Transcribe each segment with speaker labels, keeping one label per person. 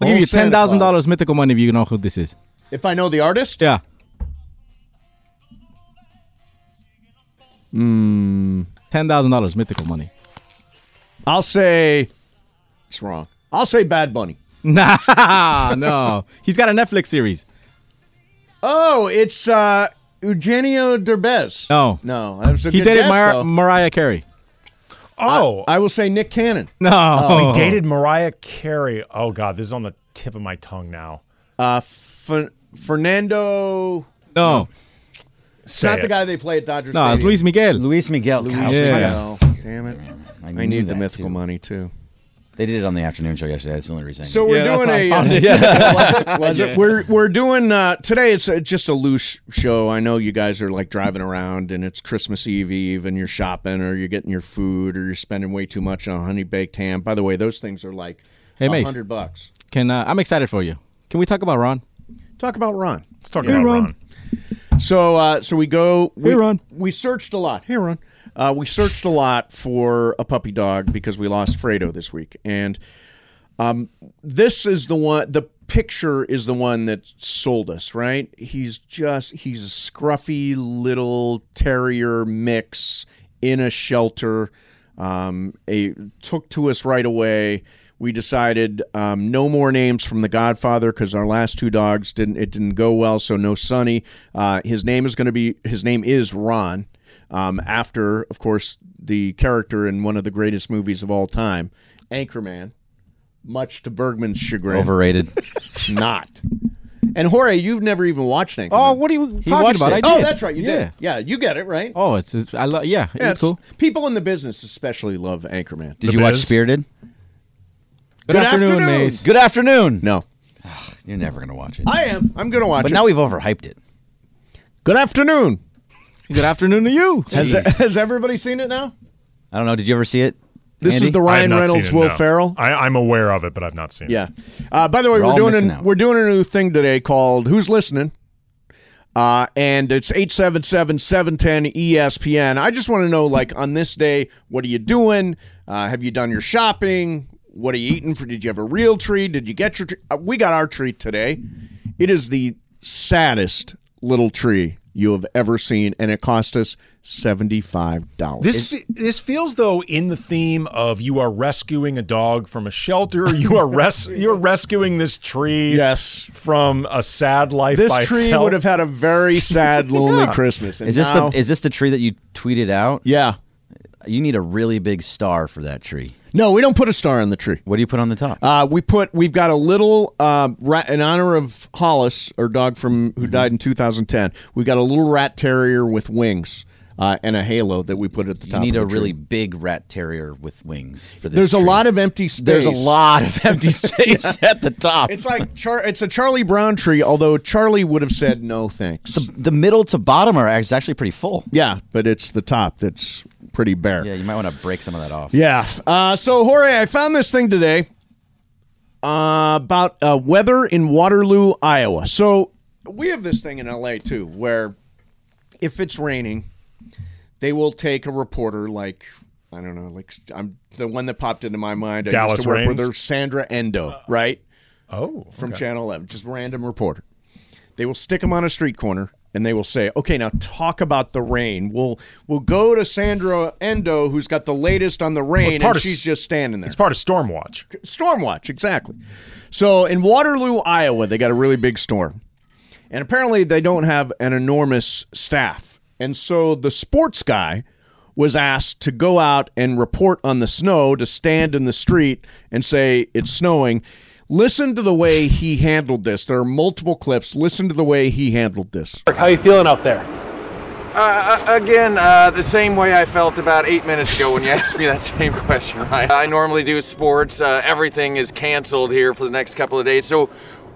Speaker 1: I'll give you
Speaker 2: Old Santa
Speaker 1: ten thousand
Speaker 2: Claus.
Speaker 1: dollars mythical money if you know who this is.
Speaker 2: If I know the artist,
Speaker 1: Yeah. Mm, ten thousand dollars mythical money.
Speaker 2: Hmm. I'll say it's wrong. I'll say Bad Bunny.
Speaker 1: Nah, Ah, no. He's got a Netflix series.
Speaker 2: Oh, it's uh, Eugenio Derbez.
Speaker 1: No.
Speaker 2: no, that was a
Speaker 1: He
Speaker 2: good
Speaker 1: dated
Speaker 2: guess,
Speaker 1: Mar-
Speaker 2: though.
Speaker 1: Mariah Carey.
Speaker 3: Oh,
Speaker 2: I will say Nick Cannon. Uh,
Speaker 1: No.
Speaker 3: he dated Mariah Carey. Oh God, this is on the tip of my tongue now.
Speaker 2: Uh, F- Fernando.
Speaker 1: No.
Speaker 2: It's
Speaker 3: Say
Speaker 2: not
Speaker 3: it.
Speaker 2: the guy they play at Dodgers.
Speaker 1: No, it's Luis Miguel.
Speaker 4: Luis Miguel.
Speaker 2: Luis
Speaker 4: Gosh,
Speaker 1: Yeah.
Speaker 2: Miguel. Oh, Damn it.
Speaker 4: I,
Speaker 2: I
Speaker 4: knew
Speaker 2: need the
Speaker 4: that,
Speaker 2: mythical
Speaker 4: too.
Speaker 2: money too.
Speaker 4: They did it on the afternoon show yesterday. That's the only reason. I
Speaker 2: So
Speaker 4: knew.
Speaker 2: we're
Speaker 1: Yeah, that's
Speaker 2: doing
Speaker 1: how I
Speaker 2: a.
Speaker 1: found
Speaker 2: uh,
Speaker 1: it. Yeah.
Speaker 2: was it? We're we're doing uh, today. It's uh just a loose show. I know you guys are like driving around, and it's Christmas Eve Eve, and you're shopping, or you're getting your food, or you're spending way too much on honey baked ham. By the way, those things are like
Speaker 1: Hey, Mace.
Speaker 2: hundred bucks.
Speaker 1: Can uh, I'm excited for you. Can we talk about Ron?
Speaker 2: Talk about Ron.
Speaker 3: Let's talk about
Speaker 1: Ron.
Speaker 3: Ron.
Speaker 2: So uh, so we go. We,
Speaker 1: Hey, Ron.
Speaker 2: We searched a lot. Hey, Ron. Uh, we searched a lot for a puppy dog because we lost Fredo this week, and um, this is the one. The picture is the one that sold us, right? He's just he's a scruffy little terrier mix in a shelter. Um, a took to us right away. We decided um, no more names from The Godfather because our last two dogs didn't it didn't go well, so no Sonny. Uh, his name is going to be his name is Ron. Um, after, of course, the character in one of the greatest movies of all time, Anchorman, much to Bergman's chagrin,
Speaker 4: overrated.
Speaker 2: not. And Jorge, you've never even watched Anchorman.
Speaker 1: Oh, what are you
Speaker 2: He
Speaker 1: talking
Speaker 2: watched
Speaker 1: about?
Speaker 2: it.
Speaker 1: I
Speaker 2: Oh,
Speaker 1: did.
Speaker 2: that's right, you
Speaker 1: yeah.
Speaker 2: did. Yeah, you get it right.
Speaker 1: Oh, it's, it's I love. Yeah,
Speaker 2: yeah,
Speaker 1: it's cool.
Speaker 2: People in the business especially love Anchorman.
Speaker 4: Did you watch
Speaker 3: Biz?
Speaker 4: Spirited?
Speaker 1: Good, afternoon,
Speaker 2: afternoon.
Speaker 1: Mace.
Speaker 4: Good afternoon.
Speaker 2: No,
Speaker 4: You're never gonna watch it.
Speaker 2: I am. I'm going to watch
Speaker 4: but
Speaker 2: it.
Speaker 4: now we've overhyped it.
Speaker 2: Good afternoon.
Speaker 1: Good afternoon to you.
Speaker 2: Has, has everybody seen it now?
Speaker 4: I don't know. Did you ever see it?
Speaker 2: This
Speaker 4: Andy?
Speaker 2: is the
Speaker 3: I have
Speaker 2: Ryan
Speaker 3: not seen
Speaker 2: Reynolds,
Speaker 3: it,
Speaker 2: Will
Speaker 3: no.
Speaker 2: Ferrell.
Speaker 3: I, I'm aware of it, but I've not seen it.
Speaker 2: Yeah. Uh, by the way,
Speaker 4: We're
Speaker 2: we're,
Speaker 4: all
Speaker 2: doing
Speaker 4: missing
Speaker 2: a,
Speaker 4: out.
Speaker 2: we're doing a new thing today called Who's Listening? Uh, and it's E 877-710-ESPN. I just want to know, like, on this day, what are you doing? Uh, have you done your shopping? What are you eating? For Did you have a real treat? Did you get your treat? Uh, we got our treat today. It is the saddest little tree you have ever seen, and it cost us $75.
Speaker 3: This fe- this feels though in the theme of you are rescuing a dog from a shelter. You are res- you're rescuing this tree.
Speaker 2: Yes.
Speaker 3: From a sad life.
Speaker 2: this
Speaker 3: by
Speaker 2: tree
Speaker 3: itself.
Speaker 2: would have had a very sad, lonely Christmas. and
Speaker 4: Is this
Speaker 2: now-
Speaker 4: the is this the tree that you tweeted out?
Speaker 2: yeah.
Speaker 4: You need a really big star for that tree.
Speaker 2: No, we don't put a star on the tree.
Speaker 4: What do you put on the top?
Speaker 2: Uh, we put we've got a little uh, rat in honor of Hollis, our dog from
Speaker 4: Mm-hmm.
Speaker 2: who died in 2010. We've got a little rat terrier with wings uh, and a halo that we put at the
Speaker 4: you
Speaker 2: top.
Speaker 4: need
Speaker 2: of
Speaker 4: a
Speaker 2: the
Speaker 4: really
Speaker 2: tree.
Speaker 4: big rat terrier with wings for this.
Speaker 2: There's a
Speaker 4: tree.
Speaker 2: lot of empty space.
Speaker 4: There's a lot of empty space at the top.
Speaker 2: It's like Char- it's a Charlie Brown tree, although Charlie would have said no thanks.
Speaker 4: the middle to bottom are act- is actually pretty full.
Speaker 2: yeah, but it's the top that's pretty bare.
Speaker 4: Yeah, you might want to break some of that off.
Speaker 2: Yeah. Uh, so, Jorge, I found this thing today uh, about uh, weather in Waterloo, Iowa. So, we have this thing in LA too, where if it's raining, they will take a reporter like. I don't know, like I'm the one that popped into my mind. I
Speaker 3: Dallas
Speaker 2: used to work with
Speaker 3: Reigns?
Speaker 2: her, Sandra Endo, right?
Speaker 3: oh
Speaker 2: from Channel 11, just random reporter. They will stick him on a street corner and they will say, "Okay, now talk about the rain." We'll we'll go to Sandra Endo, who's got the latest on the rain,
Speaker 3: part
Speaker 2: and
Speaker 3: of-
Speaker 2: she's just standing there.
Speaker 3: It's part of Stormwatch.
Speaker 2: Stormwatch, exactly. So in Waterloo, Iowa, they got a really big storm. And apparently they don't have an enormous staff. And so the sports guy was asked to go out and report on the snow, to stand in the street and say it's snowing. Listen to the way he handled this. There are multiple clips. Listen to the way he handled this.
Speaker 5: How you feeling out there? Uh, uh, again, uh, the same way I felt about eight minutes ago when you asked me that same question, right? I normally do sports. Uh, everything is canceled here for the next couple of days. So,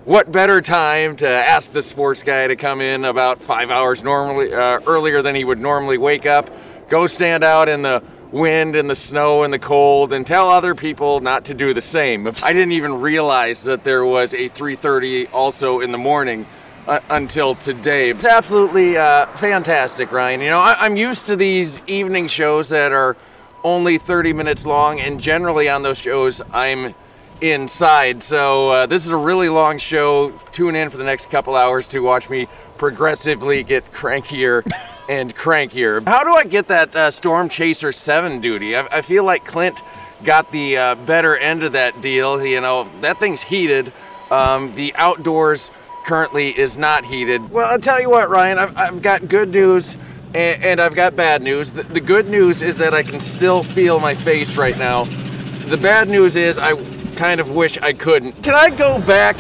Speaker 5: what better time to ask the sports guy to come in about five hours normally uh, earlier than he would normally wake up, go stand out in the wind and the snow and the cold and tell other people not to do the same. I didn't even realize that there was a 3:30 also in the morning uh, until today. It's absolutely uh, fantastic, Ryan. You know, I- I'm used to these evening shows that are only 30 minutes long, and generally on those shows, I'm inside. So uh, this is a really long show. Tune in for the next couple hours to watch me progressively get crankier and crankier. How do I get that uh, Storm Chaser 7 duty? I, I feel like Clint got the uh, better end of that deal. You know, that thing's heated. Um, the outdoors currently is not heated. Well, I'll tell you what, Ryan, I've, I've got good news and, and I've got bad news. The, the good news is that I can still feel my face right now. The bad news is I kind of wish I couldn't. Can I go back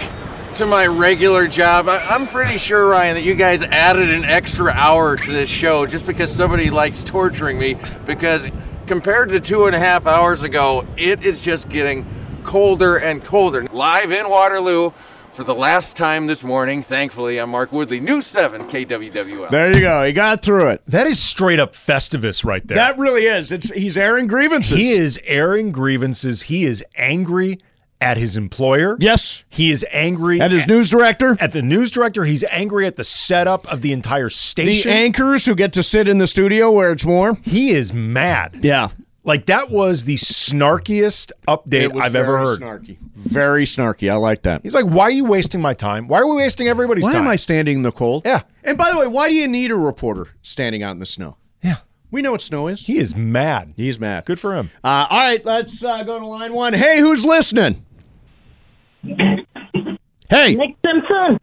Speaker 5: to my regular job? I, I'm pretty sure, Ryan, that you guys added an extra hour to this show just because somebody likes torturing me because compared to two and a half hours ago, it is just getting colder and colder. Live in Waterloo for the last time this morning, thankfully, I'm Mark Woodley, News 7 KWWL.
Speaker 2: There you go. He got through it.
Speaker 3: That is straight up Festivus right there.
Speaker 2: That really is. It's he's airing grievances.
Speaker 3: he is airing grievances. He is angry at his employer.
Speaker 2: Yes.
Speaker 3: He is angry
Speaker 2: And his news director.
Speaker 3: at the news director. He's angry at the setup of the entire
Speaker 2: The
Speaker 3: station.
Speaker 2: anchors who get to sit in the studio where it's warm.
Speaker 3: he is mad.
Speaker 2: Yeah.
Speaker 3: Like that was the snarkiest update I've ever
Speaker 2: very
Speaker 3: heard.
Speaker 2: Snarky. Very snarky. I like that.
Speaker 3: He's like, "Why are you wasting my time? Why are we wasting everybody's
Speaker 2: Why
Speaker 3: time?"
Speaker 2: am I standing in the cold?
Speaker 3: Yeah.
Speaker 2: And by the way, why do you need a reporter standing out in the snow?
Speaker 3: yeah,
Speaker 2: We know what snow is.
Speaker 3: he is mad.
Speaker 2: He's mad.
Speaker 3: Good for him.
Speaker 2: Uh, all right, let's uh, go to line one. Hey, who's listening? Hey,
Speaker 6: Nick Simpson.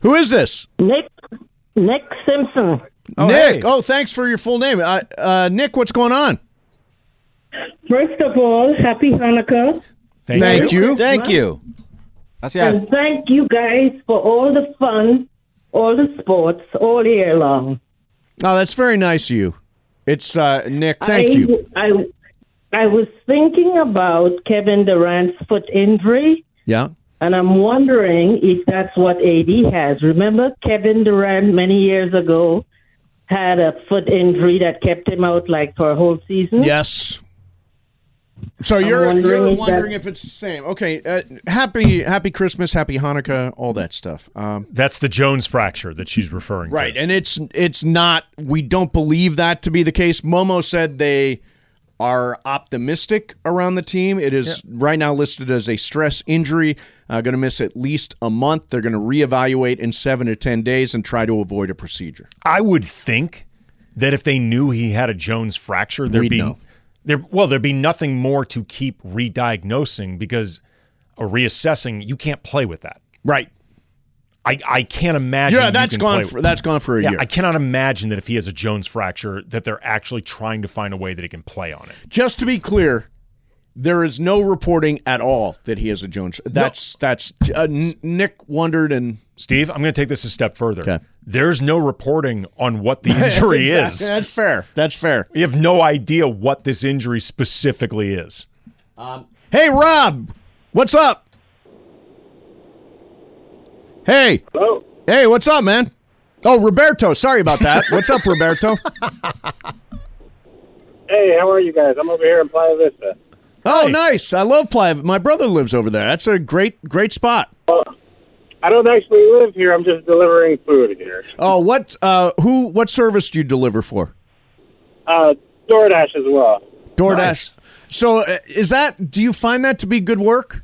Speaker 2: who is this?
Speaker 6: Nick Nick Simpson.
Speaker 2: Nick.
Speaker 3: hey.
Speaker 2: Oh, thanks for your full name. Uh, uh, Nick, what's going on?
Speaker 6: First of all, happy Hanukkah.
Speaker 3: Thank,
Speaker 2: Thank you.
Speaker 4: Thank you. That's yeah.
Speaker 6: And thank you guys for all the fun, all the sports, all year long.
Speaker 2: Oh, that's very nice of you. It's uh, Nick. Thank
Speaker 6: I,
Speaker 2: you.
Speaker 6: I, I was thinking about Kevin Durant's foot injury,
Speaker 2: Yeah.
Speaker 6: and I'm wondering if that's what AD has. Remember, Kevin Durant many years ago had a foot injury that kept him out like for a whole season.
Speaker 2: Yes. So you're
Speaker 6: wondering
Speaker 2: you're
Speaker 6: if
Speaker 2: wondering
Speaker 6: that's-
Speaker 2: if it's the same. Okay. Uh, happy Happy Christmas. Happy Hanukkah. All that stuff. Um,
Speaker 3: That's the Jones fracture that she's referring
Speaker 2: right.
Speaker 3: to.
Speaker 2: And it's it's not. We don't believe that to be the case. Momo said they are optimistic around the team. It is right now listed as a stress injury. Uh, going to miss at least a month. They're going to reevaluate in seven to ten days and try to avoid a procedure.
Speaker 3: I would think that if they knew he had a Jones fracture, there'd
Speaker 2: We'd
Speaker 3: be
Speaker 2: know.
Speaker 3: there. Well, there'd be nothing more to keep re-diagnosing because or reassessing. You can't play with that.
Speaker 2: Right.
Speaker 3: I, I can't imagine.
Speaker 2: Yeah,
Speaker 3: you
Speaker 2: that's
Speaker 3: can
Speaker 2: gone.
Speaker 3: play
Speaker 2: For,
Speaker 3: with-
Speaker 2: that's gone for a
Speaker 3: Yeah,
Speaker 2: year.
Speaker 3: I cannot imagine that if he has a Jones fracture, that they're actually trying to find a way that he can play on it.
Speaker 2: Just to be clear, there is no reporting at all that he is a Jones. That's that's uh, N- Nick wondered and
Speaker 3: Steve, I'm going to take this a step further.
Speaker 2: Okay.
Speaker 3: There's no reporting on what the injury is.
Speaker 2: That's fair. That's fair.
Speaker 3: We have no idea what this injury specifically is.
Speaker 2: Hey, Rob, what's up? Hey,
Speaker 7: Hello.
Speaker 2: hey, what's up, man? Oh, Roberto. Sorry about that. What's up, Roberto?
Speaker 7: Hey, how are you guys? I'm over here in Playa Vista.
Speaker 2: Oh, nice. I love Playa. My brother lives over there. That's a great, great spot.
Speaker 7: Uh, I don't actually live here. I'm just delivering food here.
Speaker 2: Oh, what? Uh, who? What service do you deliver for?
Speaker 7: Uh, DoorDash as well.
Speaker 2: DoorDash.
Speaker 3: Nice.
Speaker 2: So, uh, is that? Do you find that to be good work?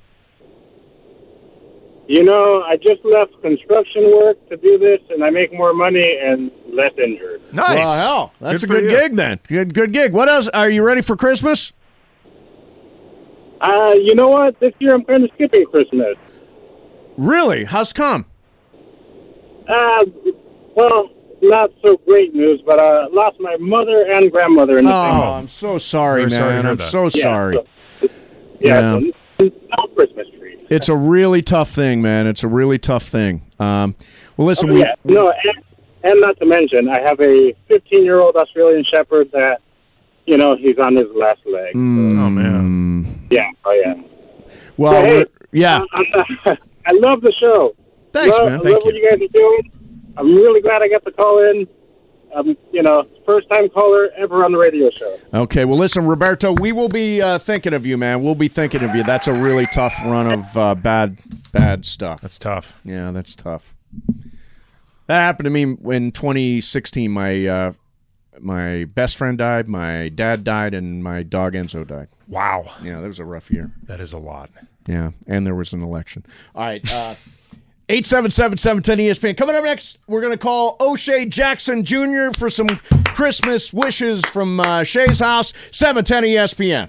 Speaker 7: You know, I just left construction work to do this, and I make more money and less injured.
Speaker 3: Nice.
Speaker 2: Well, hell, that's
Speaker 3: Good
Speaker 2: a
Speaker 3: for
Speaker 2: good
Speaker 3: you.
Speaker 2: gig then. Good, good gig. What else? Are you ready for Christmas?
Speaker 7: Uh, you know what? This year I'm kind of skipping Christmas.
Speaker 2: Really? How's come?
Speaker 7: Uh, well, not so great news, but I lost my mother and grandmother in the
Speaker 2: Oh,
Speaker 7: same
Speaker 2: I'm so sorry, man.
Speaker 3: Very sorry to hear
Speaker 2: I'm
Speaker 3: that.
Speaker 2: so
Speaker 7: Yeah,
Speaker 2: sorry.
Speaker 7: so- yeah,
Speaker 2: Yeah.
Speaker 7: so no Christmas tree.
Speaker 2: It's a really tough thing, man. It's a really tough thing. Um, well, listen, we
Speaker 7: yeah, Oh, no, and, And not to mention, I have a 15 year old Australian Shepherd that, you know, he's on his last leg.
Speaker 3: Oh man.
Speaker 7: Yeah, oh yeah.
Speaker 2: Mm. Well,
Speaker 7: Well, hey,
Speaker 2: we're- yeah.
Speaker 7: I I love the show.
Speaker 2: Thanks,
Speaker 7: love,
Speaker 2: man.
Speaker 7: I
Speaker 2: Thank
Speaker 7: love what you guys are doing. I'm really glad I got to call in. Um, you know, first time caller ever on the radio show.
Speaker 2: Okay. Well, listen, Roberto, we will be uh, thinking of you, man. We'll be thinking of you. That's a really tough run of uh, bad, bad stuff.
Speaker 3: That's tough.
Speaker 2: Yeah, that's tough. That happened to me in 2016. My uh, my best friend died, my dad died, and my dog Enzo died.
Speaker 3: Wow.
Speaker 2: Yeah, that was a rough year.
Speaker 3: That is a lot.
Speaker 2: Yeah, and there was an election. All right. Uh, 877-710-ESPN. Coming up next, we're going to call O'Shea Jackson Jr. for some Christmas wishes from uh, Shea's house. E 710-ESPN.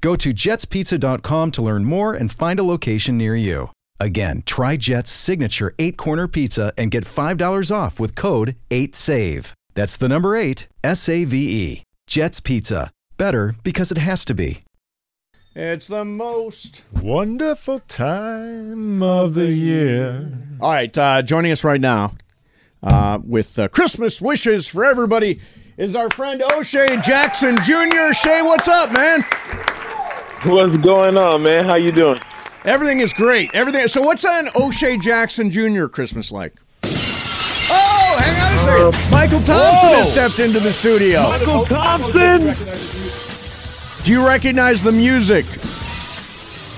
Speaker 8: Go to jetspizza.com to learn more and find a location near you. Again, try Jet's signature eight corner pizza and get $5 off with code 8SAVE. That's the number eight, S A V E. Jet's Pizza. Better because it has to be.
Speaker 2: It's the most.
Speaker 3: Wonderful time of the year.
Speaker 2: All right. Uh, joining us right now uh, with uh, Christmas wishes for everybody is our friend O'Shea Jackson Jr. Shea, what's up, man?
Speaker 7: What's going on, man? How you doing?
Speaker 2: Everything is great. Everything. So, what's an O'Shea Jackson Jr. Christmas like? Oh, hang on a second. Michael Thompson has stepped into the studio.
Speaker 7: Michael Thompson.
Speaker 2: Do you recognize the music?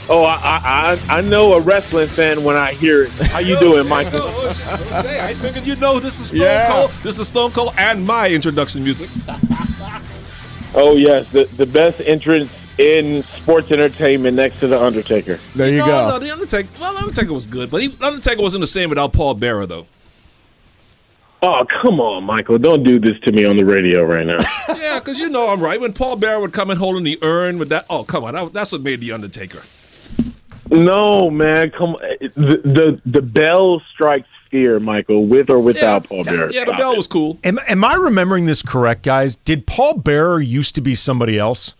Speaker 7: Oh, I, I I I know a wrestling fan when I hear it. How you doing, Michael?
Speaker 9: Hey, I figured you know this is Stone
Speaker 2: Yeah.
Speaker 9: Cold. This is Stone Cold and my introduction music.
Speaker 7: Oh yes, the the best entrance in sports entertainment next to the Undertaker.
Speaker 2: There you
Speaker 9: no, no,
Speaker 2: go.
Speaker 9: the Undertaker. Well, the Undertaker was good, but he, the Undertaker wasn't the same without Paul Bearer, though.
Speaker 7: Oh come on, Michael! Don't do this to me on the radio right now.
Speaker 9: yeah, because you know I'm right. When Paul Bearer would come in holding the urn with that, oh come on, that, that's what made the Undertaker.
Speaker 7: no, man, come. The the, the bell strikes fear, Michael, with or
Speaker 9: Yeah,
Speaker 7: without Paul Bearer.
Speaker 9: yeah, the
Speaker 7: Stop
Speaker 9: bell
Speaker 7: it.
Speaker 9: was cool.
Speaker 3: Am, am I remembering this correct, guys? Did Paul Bearer used to be somebody else?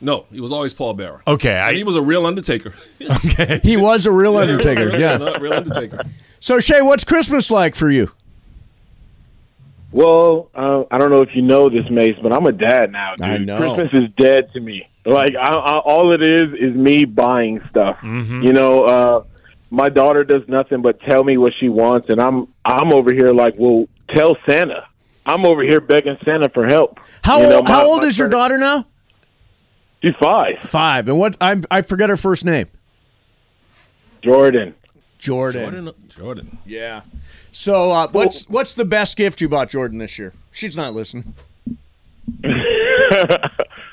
Speaker 9: No, he was always Paul Bearer.
Speaker 3: Okay, I-
Speaker 9: and he was a real Undertaker.
Speaker 2: He was a real Undertaker. Yeah.
Speaker 9: Not real Undertaker.
Speaker 2: So, Shay, what's Christmas like for you?
Speaker 7: Well, uh, I don't know if you know this, Mace, but I'm a dad now. Dude.
Speaker 2: I know.
Speaker 7: Christmas is dead to me. Like, I, I, all it is is me buying stuff.
Speaker 2: Mm-hmm.
Speaker 7: You know, uh, my daughter does nothing but tell me what she wants, and I'm I'm over here like, well, tell Santa. I'm over here begging Santa for help.
Speaker 2: How
Speaker 7: You know,
Speaker 2: old,
Speaker 7: my-
Speaker 2: how old
Speaker 7: my
Speaker 2: is your
Speaker 7: friend-
Speaker 2: daughter now?
Speaker 7: She's five.
Speaker 2: Five. And what? I'm, I forget her first name.
Speaker 7: Jordan.
Speaker 2: Jordan.
Speaker 9: Jordan, Jordan.
Speaker 2: Yeah. So, uh, what's what's the best gift you bought Jordan this year? She's not listening.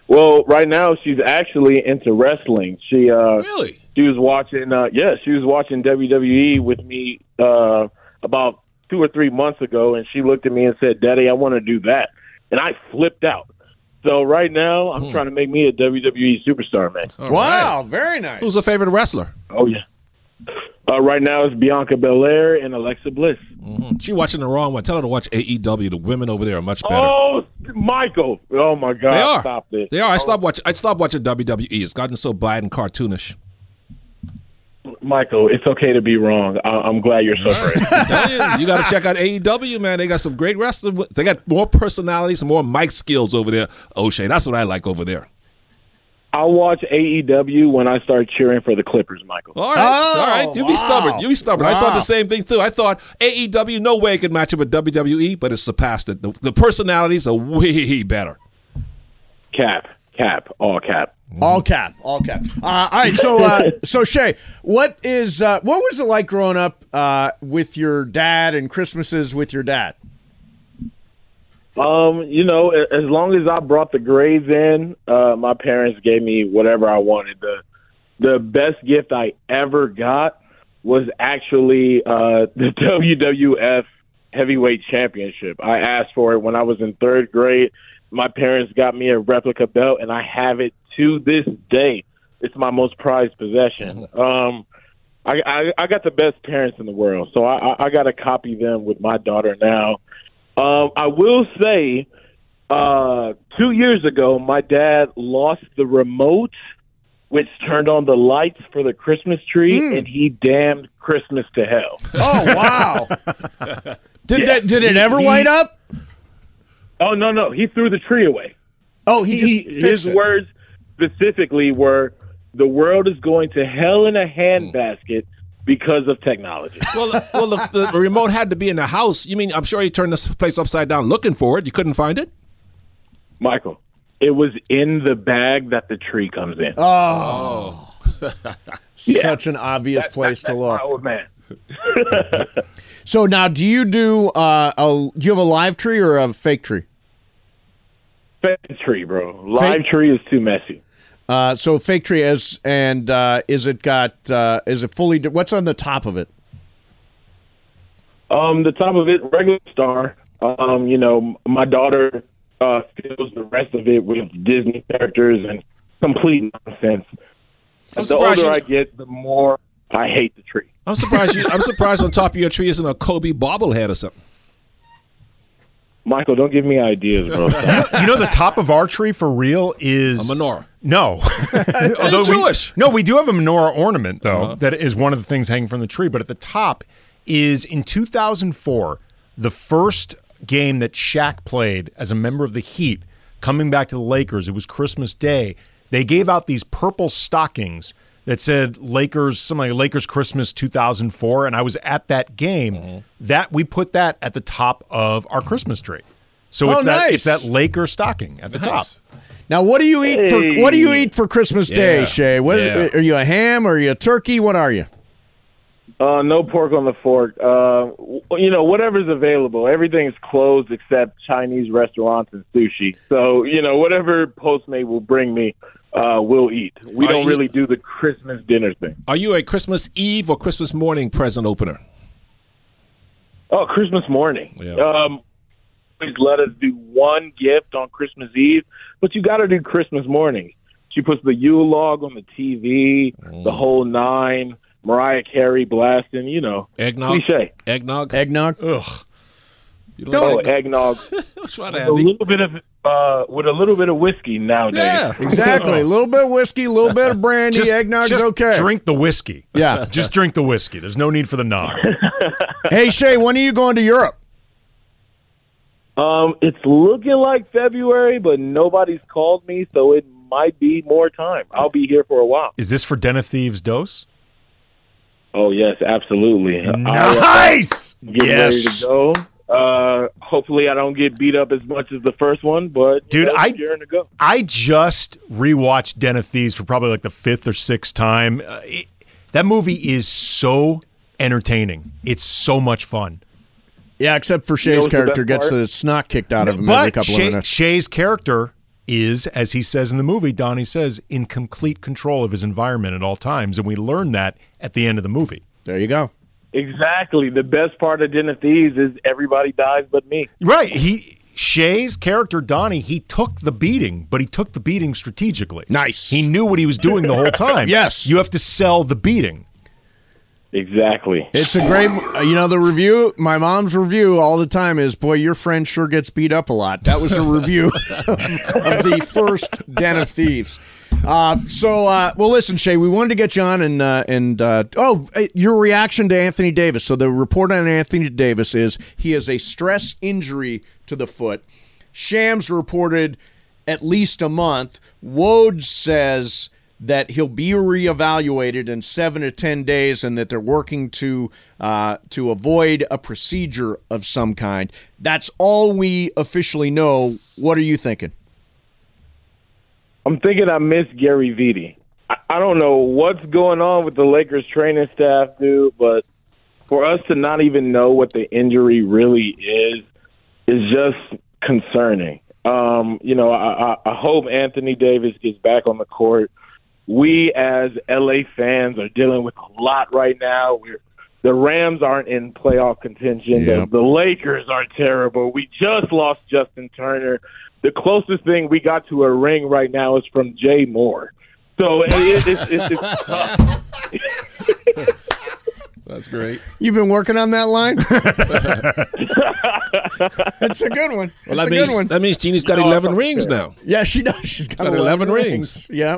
Speaker 7: well, right now she's actually into wrestling. She uh,
Speaker 9: Really?
Speaker 7: she was watching uh yeah she was watching wwe with me uh about two or three months ago and she looked at me and said daddy i want to do that and i flipped out so right now i'm trying to make me a wwe superstar man
Speaker 9: Hmm. All right.
Speaker 2: wow. Very nice.
Speaker 9: Who's a favorite wrestler?
Speaker 7: oh yeah uh, right now it's bianca belair and alexa bliss
Speaker 9: Hmm, She watching the wrong one. Tell her to watch AEW. The women over there are much better.
Speaker 7: oh michael oh my god
Speaker 9: They are.
Speaker 7: stop this oh.
Speaker 9: They are. I stopped watching. I stopped watching WWE. It's gotten so bad and cartoonish.
Speaker 7: michael it's okay to be wrong I- i'm glad you're suffering
Speaker 9: I'm telling you, you got to check out AEW, man. They got some great wrestling. They got more personalities and more mic skills over there. O'Shea, that's what I like over there.
Speaker 7: i'll watch aew E when i start cheering for the clippers michael
Speaker 9: All right, all
Speaker 7: Oh,
Speaker 9: right. You be stubborn. You be stubborn. I thought the same thing too. I thought AEW, no way it could E, match up with WWE, but it surpassed it. The, the personalities are way better.
Speaker 7: Cap, cap, all cap.
Speaker 2: All cap, all cap. Uh, all right, so uh, so Shay, what is uh, what was it like growing up uh, with your dad and Christmases with your dad?
Speaker 7: Um, you know, a- as long as I brought the grades in, uh, my parents gave me whatever I wanted. The the best gift I ever got was actually uh, the WWF Heavyweight Championship. I asked for it when I was in third grade. My parents got me a replica belt, and I have it to this day. It's my most prized possession. Um, I, I I got the best parents in the world, so I I, I got to copy them with my daughter now. Um, I will say, uh, two years ago, my dad lost the remote, which turned on the lights for the Christmas tree, and he damned Christmas to hell.
Speaker 2: Oh wow! did
Speaker 7: Yeah.
Speaker 2: that did it ever
Speaker 7: He-
Speaker 2: light up?
Speaker 7: Oh no, no, he threw the tree away.
Speaker 2: Oh, he just fixed
Speaker 7: his
Speaker 2: it.
Speaker 7: words specifically were, "The world is going to hell in a handbasket because of technology."
Speaker 9: well, the- well the, the remote had to be in the house. You mean I'm sure he turned this place upside down looking for it. You couldn't find it.
Speaker 7: Michael, it was in the bag that the tree comes in.
Speaker 2: Oh, such an obvious place to look.
Speaker 7: Oh man.
Speaker 2: So now, do you do uh, a do you have a live tree or a fake tree?
Speaker 7: Fake tree, bro. Live tree is too messy.
Speaker 2: Uh, so fake tree is and uh, is it got uh, is it fully? What's on the top of it?
Speaker 7: Um, the top of it, regular star. Um, you know, my daughter uh, fills the rest of it with Disney characters and complete nonsense.
Speaker 9: I'm
Speaker 7: the
Speaker 9: surprised you-
Speaker 7: older I get, the more I hate the tree.
Speaker 9: I'm surprised. You, I'm surprised on top of your tree isn't a Kobe bobblehead or something.
Speaker 7: Michael, don't give me ideas, bro.
Speaker 3: you know the top of our tree for real is
Speaker 9: A menorah.
Speaker 3: No, although we-
Speaker 9: Jewish. Uh-huh.
Speaker 3: no, we do have a menorah ornament though. that is one of the things hanging from the tree. But at the top is in 2004, the first game that Shaq played as a member of the Heat, coming back to the Lakers. It was Christmas Day. They gave out these purple stockings that said Lakers, something like Lakers Christmas 2004, and I was at that game.
Speaker 9: Uh-huh.
Speaker 3: That we put that at the top of our Christmas tree. So
Speaker 2: Oh,
Speaker 3: it's that it's
Speaker 2: nice.
Speaker 3: that Laker stocking at the top.
Speaker 2: Now, what do you eat for what do you
Speaker 7: Hey.
Speaker 2: eat for Christmas Day,
Speaker 9: Yeah.
Speaker 2: Shay? What uh,
Speaker 9: Yeah.
Speaker 2: are you a ham? Are you a turkey? What are you?
Speaker 7: Uh, no pork on the fork. Uh, w- you know, whatever's available. Everything's closed except Chinese restaurants and sushi. So, you know, whatever Postmate will bring me, uh, we'll eat. We
Speaker 9: Are
Speaker 7: don't
Speaker 9: you-
Speaker 7: really do the Christmas dinner thing.
Speaker 9: Are you a Christmas Eve or Christmas morning present opener?
Speaker 7: Oh, Christmas morning.
Speaker 9: Yeah.
Speaker 7: Um, please let us do one gift on Christmas Eve, but you got to do Christmas morning. She puts the Yule log on the TV,
Speaker 9: Mm.
Speaker 7: the whole nine, Mariah Carey blasting, you know,
Speaker 9: Eggnog.
Speaker 7: cliche.
Speaker 9: Eggnog.
Speaker 2: Eggnog?
Speaker 9: Ugh. You don't
Speaker 7: Oh,
Speaker 9: like
Speaker 7: eggnog.
Speaker 9: eggnog? Try that,
Speaker 7: With a
Speaker 9: Andy.
Speaker 7: little bit of uh, with a little bit of whiskey nowadays.
Speaker 9: Yeah.
Speaker 2: Exactly. A little bit of whiskey, a little bit of brandy. Eggnog's
Speaker 3: just
Speaker 2: okay.
Speaker 3: Drink the whiskey.
Speaker 2: Yeah.
Speaker 3: just drink the whiskey. There's no need for the nog.
Speaker 2: Hey, Shay, when are you going to Europe?
Speaker 7: Um, it's looking like February, but nobody's called me, so it might be more time. I'll be here for a while.
Speaker 3: Is this for Den of Thieves dose?
Speaker 7: Oh yes, absolutely. I'll, uh,
Speaker 3: Nice.
Speaker 7: get ready to go. Uh, hopefully, I don't get beat up as much as the first one, but
Speaker 3: Dude,
Speaker 7: you know,
Speaker 3: I-
Speaker 7: yearn to go.
Speaker 3: I just rewatched Den of Thieves for probably like the fifth or sixth time. Uh, it- that movie is so entertaining. It's so much fun.
Speaker 2: Yeah, except for Shay's
Speaker 7: what's the
Speaker 2: character
Speaker 7: best
Speaker 2: gets
Speaker 7: part?
Speaker 2: the snot kicked out of him every
Speaker 3: But
Speaker 2: couple
Speaker 3: Shay-
Speaker 2: of minutes.
Speaker 3: Shay's character is, as he says in the movie, Donnie says, in complete control of his environment at all times, and we learn that at the end of the movie.
Speaker 2: There you go.
Speaker 7: Exactly. The best part of Den of Thieves is everybody dies but me.
Speaker 3: Right. He Shay's character Donnie, he took the beating, but he took the beating strategically.
Speaker 2: Nice.
Speaker 3: He knew what he was doing the whole time.
Speaker 2: Yes.
Speaker 3: You have to sell the beating.
Speaker 7: Exactly.
Speaker 2: It's a great, uh, you know, the review. My mom's review all the time is, "Boy, your friend sure gets beat up a lot." That was a review of, of the first Den of Thieves. Uh, so, uh, well, listen, Shay, we wanted to get you on and uh, and uh, oh, uh, your reaction to Anthony Davis. So the report on Anthony Davis is he has a stress injury to the foot. Shams reported at least a month. Wode says that he'll be reevaluated in seven to ten days, and that they're working to uh, to avoid a procedure of some kind. That's all we officially know. What are you thinking?
Speaker 7: I'm thinking I miss Gary Vitti. I, I don't know what's going on with the Lakers training staff, dude, but for us to not even know what the injury really is is just concerning. Um, you know, I, I, I hope Anthony Davis gets back on the court. We as LA fans are dealing with a lot right now. We're the Rams aren't in playoff contention. The-
Speaker 10: Yep.
Speaker 7: The, Lakers are terrible. We just lost Justin Turner. The closest thing we got to a ring right now is from Jay Moore. So it, it, it's it's, it's tough.
Speaker 9: That's great.
Speaker 2: You've been working on that line. It's a good one.
Speaker 9: Well,
Speaker 2: It's
Speaker 9: that
Speaker 2: a good
Speaker 9: means
Speaker 2: one.
Speaker 9: that means Jeannie's got
Speaker 2: No,
Speaker 9: eleven
Speaker 2: fuck
Speaker 9: rings
Speaker 2: it.
Speaker 9: now.
Speaker 2: Yeah, she does. She's got,
Speaker 9: Got 11 rings.
Speaker 2: Yeah.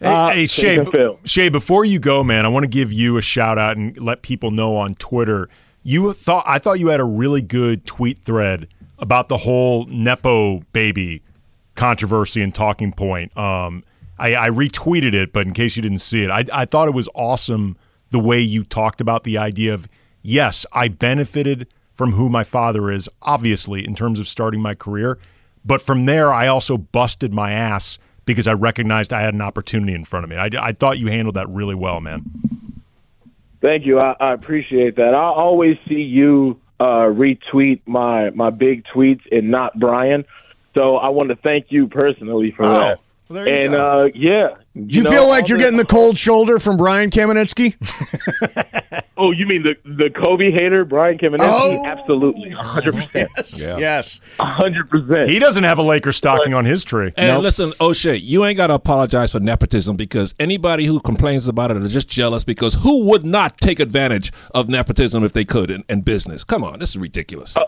Speaker 3: Hey,
Speaker 2: Uh,
Speaker 3: hey, Shay, b- Shay, before you go, man, I want to give you a shout out and let people know on Twitter. You thought I thought you had a really good tweet thread about the whole Nepo baby controversy and talking point. Um, I, I retweeted it, but in case you didn't see it, I, I thought it was awesome the way you talked about the idea of yes, I benefited from who my father is, obviously, in terms of starting my career. But from there, I also busted my ass because I recognized I had an opportunity in front of me. I, I thought you handled that really well, man.
Speaker 7: Thank you. I, I appreciate that. I always see you uh, retweet my my big tweets and not Brian. So I want to thank you personally for
Speaker 2: Oh,
Speaker 7: that.
Speaker 2: well, there you
Speaker 7: and
Speaker 2: go.
Speaker 7: uh, yeah, you,
Speaker 2: Do you
Speaker 7: know,
Speaker 2: feel
Speaker 7: all
Speaker 2: like you're
Speaker 7: the-
Speaker 2: getting the cold shoulder from Brian Kamenetsky?
Speaker 7: Oh, you mean the the Kobe hater, Brian Kamenetsky?
Speaker 2: Oh.
Speaker 7: Absolutely, hundred percent.
Speaker 9: Yeah.
Speaker 2: Yes,
Speaker 7: hundred percent.
Speaker 3: He doesn't have a Laker stocking on his tree.
Speaker 9: And listen, O'Shea, you ain't got to apologize for nepotism because anybody who complains about it are just jealous because who would not take advantage of nepotism if they could in, in business? Come on, this is ridiculous.
Speaker 7: Uh,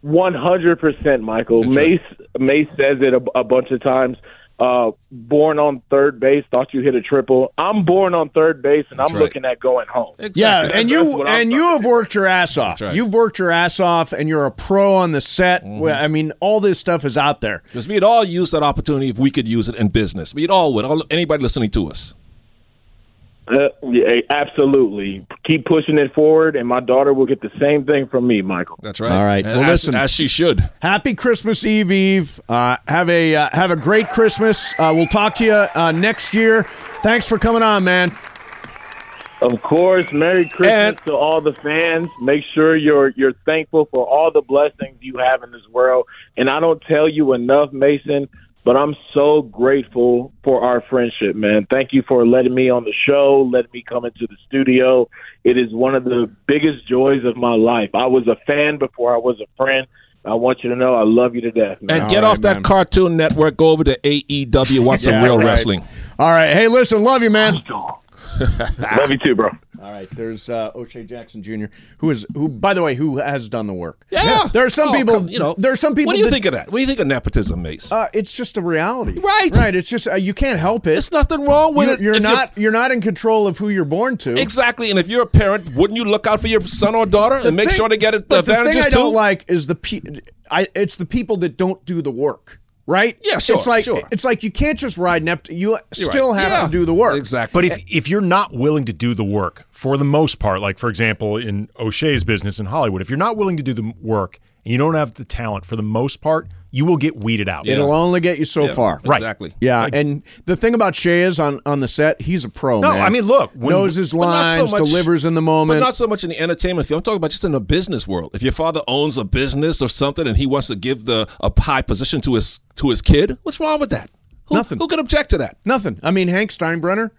Speaker 7: One hundred percent, Michael. Mace Mace says it a, a bunch of times. Uh, born on third base, thought you hit a triple. I'm born on third base, and I'm
Speaker 2: right.
Speaker 7: looking at going home.
Speaker 2: Yeah, and you and you have worked your ass off.
Speaker 7: That's right.
Speaker 2: You've worked your ass off, and you're a pro on the set.
Speaker 9: Mm-hmm.
Speaker 2: Well, I mean, all this stuff is out there.
Speaker 9: Because we'd all use that opportunity if we could use it in business. We'd all would. All, anybody listening to us.
Speaker 7: Uh, yeah, absolutely. Keep pushing it forward, and my daughter will get the same thing from me, Michael.
Speaker 9: That's
Speaker 2: right. All right. Well, listen.
Speaker 9: she should.
Speaker 2: Happy Christmas Eve, Eve. Uh, have a uh, have a great Christmas. Uh, we'll talk to you uh, next year. Thanks for coming on, man.
Speaker 7: Of course, Merry Christmas to all the fans. Make sure you're you're thankful for all the blessings you have in this world. And I don't tell you enough, Mason, but I'm so grateful for our friendship, man. Thank you for letting me on the show, letting me come into the studio. It is one of the biggest joys of my life. I was a fan before I was a friend. I want you to know I love you to death, man.
Speaker 9: And get off that Cartoon Network. Go over to AEW. Want some
Speaker 7: Yeah,
Speaker 9: real
Speaker 7: right.
Speaker 9: wrestling?
Speaker 2: All right. Hey, listen. Love you, man.
Speaker 7: Love you too, bro.
Speaker 2: All right, there's uh, O'Shea Jackson Jr., who is who, by the way, who has done the work. Yeah, there are some people. you know, there are some people.
Speaker 9: What do Oh, you
Speaker 2: that-
Speaker 9: think of that? What do you think of nepotism, Mace?
Speaker 2: Uh, it's just a reality,
Speaker 9: right?
Speaker 2: Right. It's just uh, you can't help it. There's
Speaker 9: nothing wrong with
Speaker 2: you're,
Speaker 9: it
Speaker 2: You're
Speaker 9: if you're-
Speaker 2: not. You're not in control of who you're born to.
Speaker 9: Exactly. And if you're a parent, wouldn't you look out for your son or daughter and
Speaker 2: The
Speaker 9: make
Speaker 2: thing-
Speaker 9: sure they get it, the
Speaker 2: but
Speaker 9: advantages
Speaker 2: thing I
Speaker 9: too?
Speaker 2: don't like is the pe- I, it's the people that don't do the work. Right?
Speaker 9: Yeah, sure,
Speaker 2: It's like
Speaker 9: sure.
Speaker 2: it's like you can't just ride nept. You still have to do. the work.
Speaker 9: Exactly.
Speaker 3: But if if you're not willing to do the work for the most part, like for example in O'Shea's business in Hollywood, if you're not willing to do the work and you don't have the talent for the most part, you will get weeded out.
Speaker 2: It'll only get you so
Speaker 3: Yeah,
Speaker 2: far.
Speaker 3: Right. exactly.
Speaker 2: Yeah. and the thing about Shea is on, on the set, he's a pro.
Speaker 9: No,
Speaker 2: man.
Speaker 9: I mean, look, when-
Speaker 2: knows his
Speaker 9: But not so
Speaker 2: lines,
Speaker 9: much-
Speaker 2: delivers in the moment.
Speaker 9: But not so much in the entertainment field. I'm talking about just in the business world. If your father owns a business or something and he wants to give the a high position to his to his kid, what's wrong with that? Who, Nothing. Who could object to that?
Speaker 2: Nothing. I mean, Hank Steinbrenner,